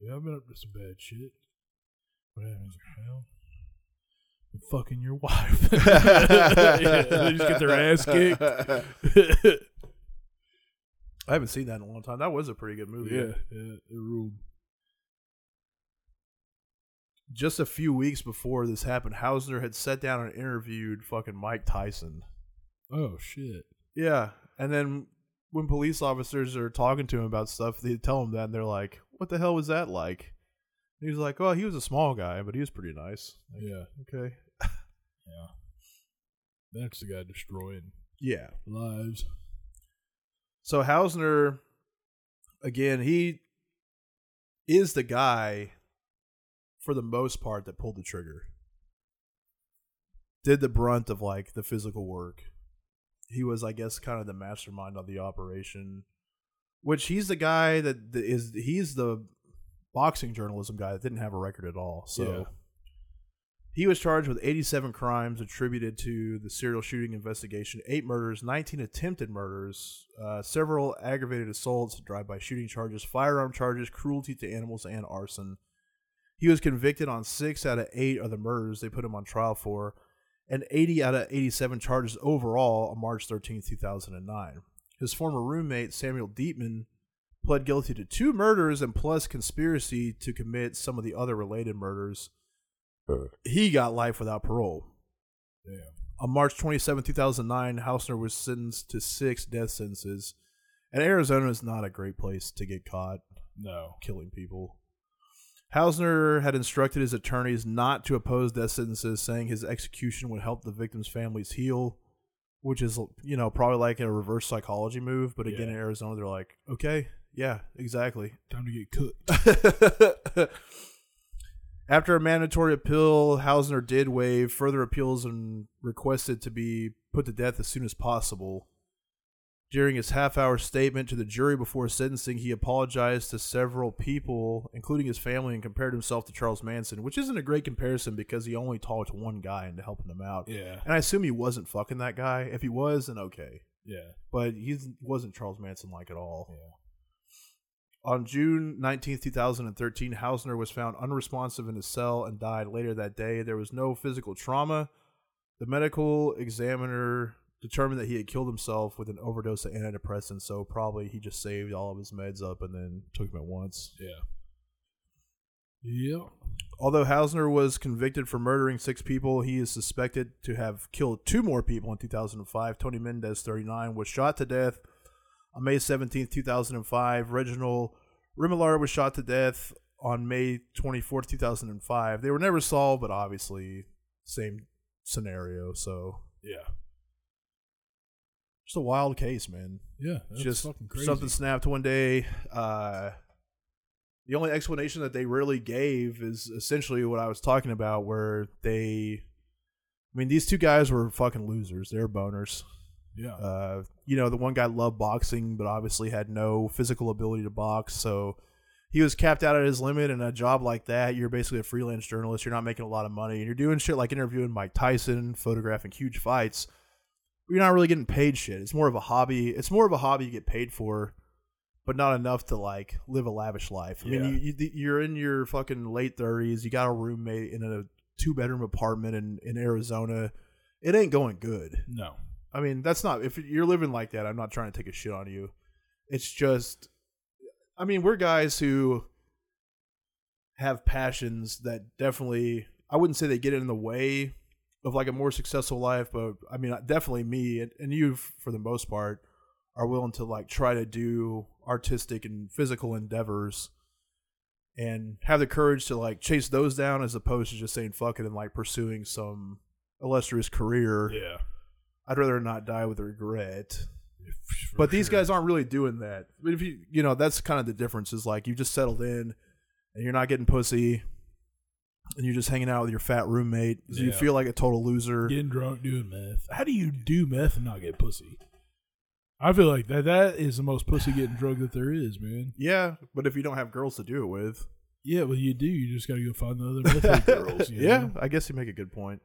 yeah, I've been up to some bad shit. What happens? Well, I'm fucking your wife. Yeah, they just get their ass kicked.
I haven't seen that in a long time. That was a pretty good movie.
yeah, yeah, it ruled.
Just a few weeks before this happened, Hausner had sat down and interviewed fucking Mike Tyson.
Oh shit.
Yeah. And then when police officers are talking to him about stuff, they tell him that and they're like, What the hell was that like? And he's like, Well, he was a small guy, but he was pretty nice. Like,
Yeah,
Okay.
yeah. That's the guy destroying
Yeah.
lives.
So Hausner, again, he is the guy for the most part that pulled the trigger. Did the brunt of like the physical work. He was, I guess, kind of the mastermind of the operation. Which he's the guy that th- is he's the boxing journalism guy that didn't have a record at all. So
Yeah.
he was charged with 87 crimes attributed to the serial shooting investigation, eight murders, 19 attempted murders, uh, several aggravated assaults, drive-by shooting charges, firearm charges, cruelty to animals, and arson. He was convicted on six out of eight of the murders they put him on trial for, and 80 out of 87 charges overall on March 13, 2009. His former roommate, Samuel Dietman, pled guilty to two murders and plus conspiracy to commit some of the other related murders he got life without parole.
Damn.
On March 27, 2009, Hausner was sentenced to six death sentences. And Arizona is not a great place to get caught
No.
killing people. Hausner had instructed his attorneys not to oppose death sentences, saying his execution would help the victims' families heal. which is you know probably like a reverse psychology move. But again,
Yeah.
in Arizona, they're like, okay, yeah, exactly.
Time to get cooked.
After a mandatory appeal, Hausner did waive further appeals and requested to be put to death as soon as possible. During his half hour statement to the jury before sentencing, he apologized to several people, including his family, and compared himself to Charles Manson, which isn't a great comparison because he only talked to one guy into helping him out.
Yeah.
And I assume he wasn't fucking that guy. If he was, then okay
Yeah.
but he wasn't Charles Manson like at all.
Yeah.
On June 19, 2013, Hausner was found unresponsive in his cell and died later that day. There was no physical trauma. The medical examiner determined that he had killed himself with an overdose of antidepressants, so probably he just saved all of his meds up and then took them at once.
Yeah. Yeah.
Although Hausner was convicted for murdering six people, he is suspected to have killed two more people in 2005. Tony Mendez, 39, was shot to death on May 17, 2005. Reginald Rimillard was shot to death on May 24, 2005. They were never solved, but obviously, same scenario. So,
Yeah.
just a wild case, man.
Yeah. That's
just
fucking crazy.
something snapped one day. Uh, the only explanation that they really gave is essentially what I was talking about, where they, I mean, these two guys were fucking losers. They're boners.
Yeah.
Uh, you know, the one guy loved boxing, but obviously had no physical ability to box, so he was capped out at his limit. And a job like that, you're basically a freelance journalist. You're not making a lot of money, and you're doing shit like interviewing Mike Tyson, photographing huge fights. You're not really getting paid shit. It's more of a hobby. It's more of a hobby you get paid for, but not enough to like live a lavish life. I
Yeah.
mean, you, you, you're in your fucking late thirties. You got a roommate in a two bedroom apartment in, in Arizona. It ain't going good.
no.
I mean, that's not if you're living like that. I'm not trying to take a shit on you. It's just, I mean, we're guys who have passions that definitely I wouldn't say they get in the way of like a more successful life, but I mean, definitely me and, and you for the most part are willing to like try to do artistic and physical endeavors and have the courage to like chase those down as opposed to just saying fuck it and like pursuing some illustrious career
Yeah.
I'd rather not die with regret. But these guys aren't really doing that. But if you you know, that's kind of the difference is like you just settled in and you're not getting pussy and you're just hanging out with your fat roommate. So you
Yeah.
feel like a total loser.
getting drunk doing meth. How do you do meth and not get pussy? I feel like that that is the most pussy getting drug that there is, man.
Yeah, but if you don't have girls to do it with.
Yeah, well you do. You just gotta go find the other meth head girls. you
yeah,
know?
I guess you make a good point.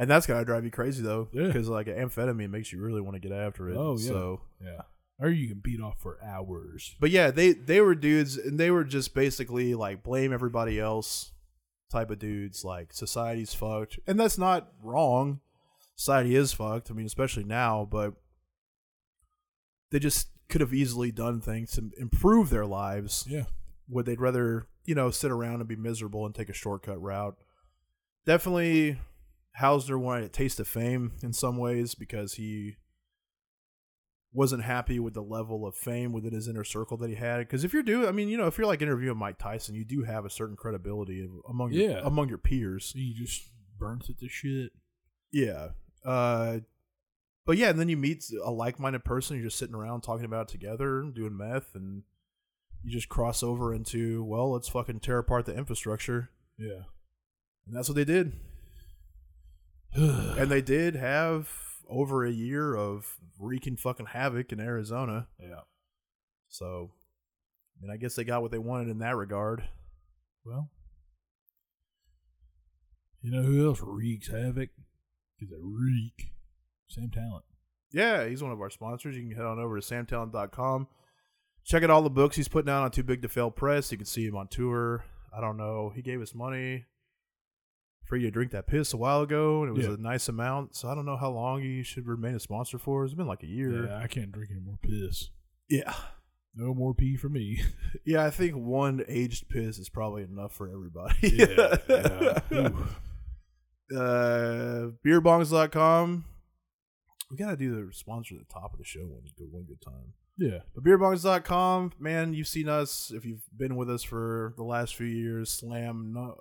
And that's gotta drive you crazy though.
Yeah.
Because like amphetamine makes you really want to get after it.
Oh yeah.
So
Yeah. Or you can beat off for hours.
But yeah, they they were dudes, and they were just basically like blame everybody else type of dudes. Like society's fucked, and that's not wrong. Society is fucked. I mean, especially now, but they just could have easily done things to improve their lives.
Yeah.
Would they'd rather you know sit around and be miserable and take a shortcut route? Definitely, Hausner wanted a taste of fame in some ways because he wasn't happy with the level of fame within his inner circle that he had. Because if you're doing, I mean, you know, if you're like interviewing Mike Tyson, you do have a certain credibility among your,
Yeah.
among your peers.
So you just burns it to shit.
Yeah. Uh, but yeah, and then you meet a like-minded person. You're just sitting around talking about it together, doing meth, and you just cross over into well, let's fucking tear apart the infrastructure,
Yeah.
and that's what they did.
yeah.
And they did have over a year of wreaking fucking havoc in Arizona. So, I mean, I guess they got what they wanted in that regard.
Well. You know who else reeks havoc? Is a reek. Same talent.
Yeah, he's one of our sponsors. You can head on over to samtalent.com. Check out all the books he's putting out on Too Big to Fail Press. You can see him on tour. I don't know. He gave us money for you to drink that piss a while ago, and it was
Yeah.
a nice amount. So I don't know how long he should remain a sponsor for. It's been like a year.
Yeah, I can't drink any more piss.
Yeah.
No more pee for me.
Yeah, I think one aged piss is probably enough for everybody.
yeah. Ooh.
uh, beerbongs.com. We got to do the sponsor at the top of the show one good, one good time.
Yeah.
But beerbongs.com, man, you've seen us if you've been with us for the last few years. Slam, no,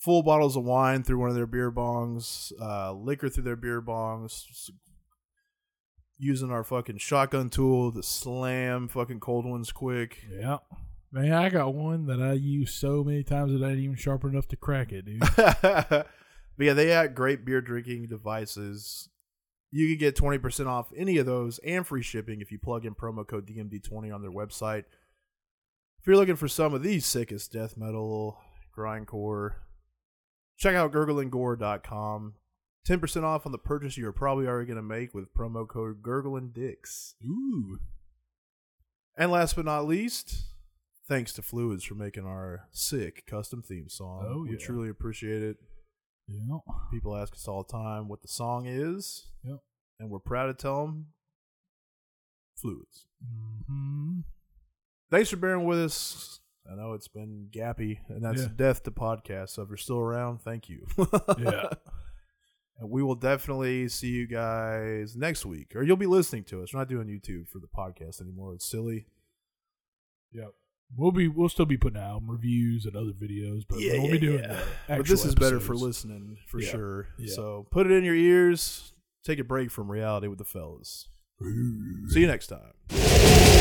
full bottles of wine through one of their beer bongs, uh, liquor through their beer bongs, s- using our fucking shotgun tool to slam fucking cold ones quick.
Yeah. Man, I got one that I use so many times that I ain't even sharp enough to crack it, dude.
but yeah, they had great beer drinking devices. You can get 20% off any of those and free shipping if you plug in promo code DMD20 on their website. If you're looking for some of these sickest death metal, grindcore, check out gurglinggore.com. 10% off on the purchase you're probably already going to make with promo code GurglingDicks.
Ooh.
And last but not least, thanks to Fluids for making our sick custom theme song.
Oh,
We
yeah.
truly appreciate it.
Yeah.
People ask us all the time what the song is,
Yep.
and we're proud to tell them fluids.
hmm
Thanks for bearing with us. I know it's been gappy, and that's
Yeah.
death to podcast. So if you're still around, thank you.
Yeah.
And we will definitely see you guys next week, or you'll be listening to us. We're not doing YouTube for the podcast anymore. It's silly.
Yep. We'll be we'll still be putting out album reviews and other videos, but
Yeah,
we'll
yeah,
be doing
yeah.
the
but this
actual
is better for
episodes.
listening for
Yeah.
sure.
Yeah.
So put it in your ears. Take a break from reality with the fellas. See you next time.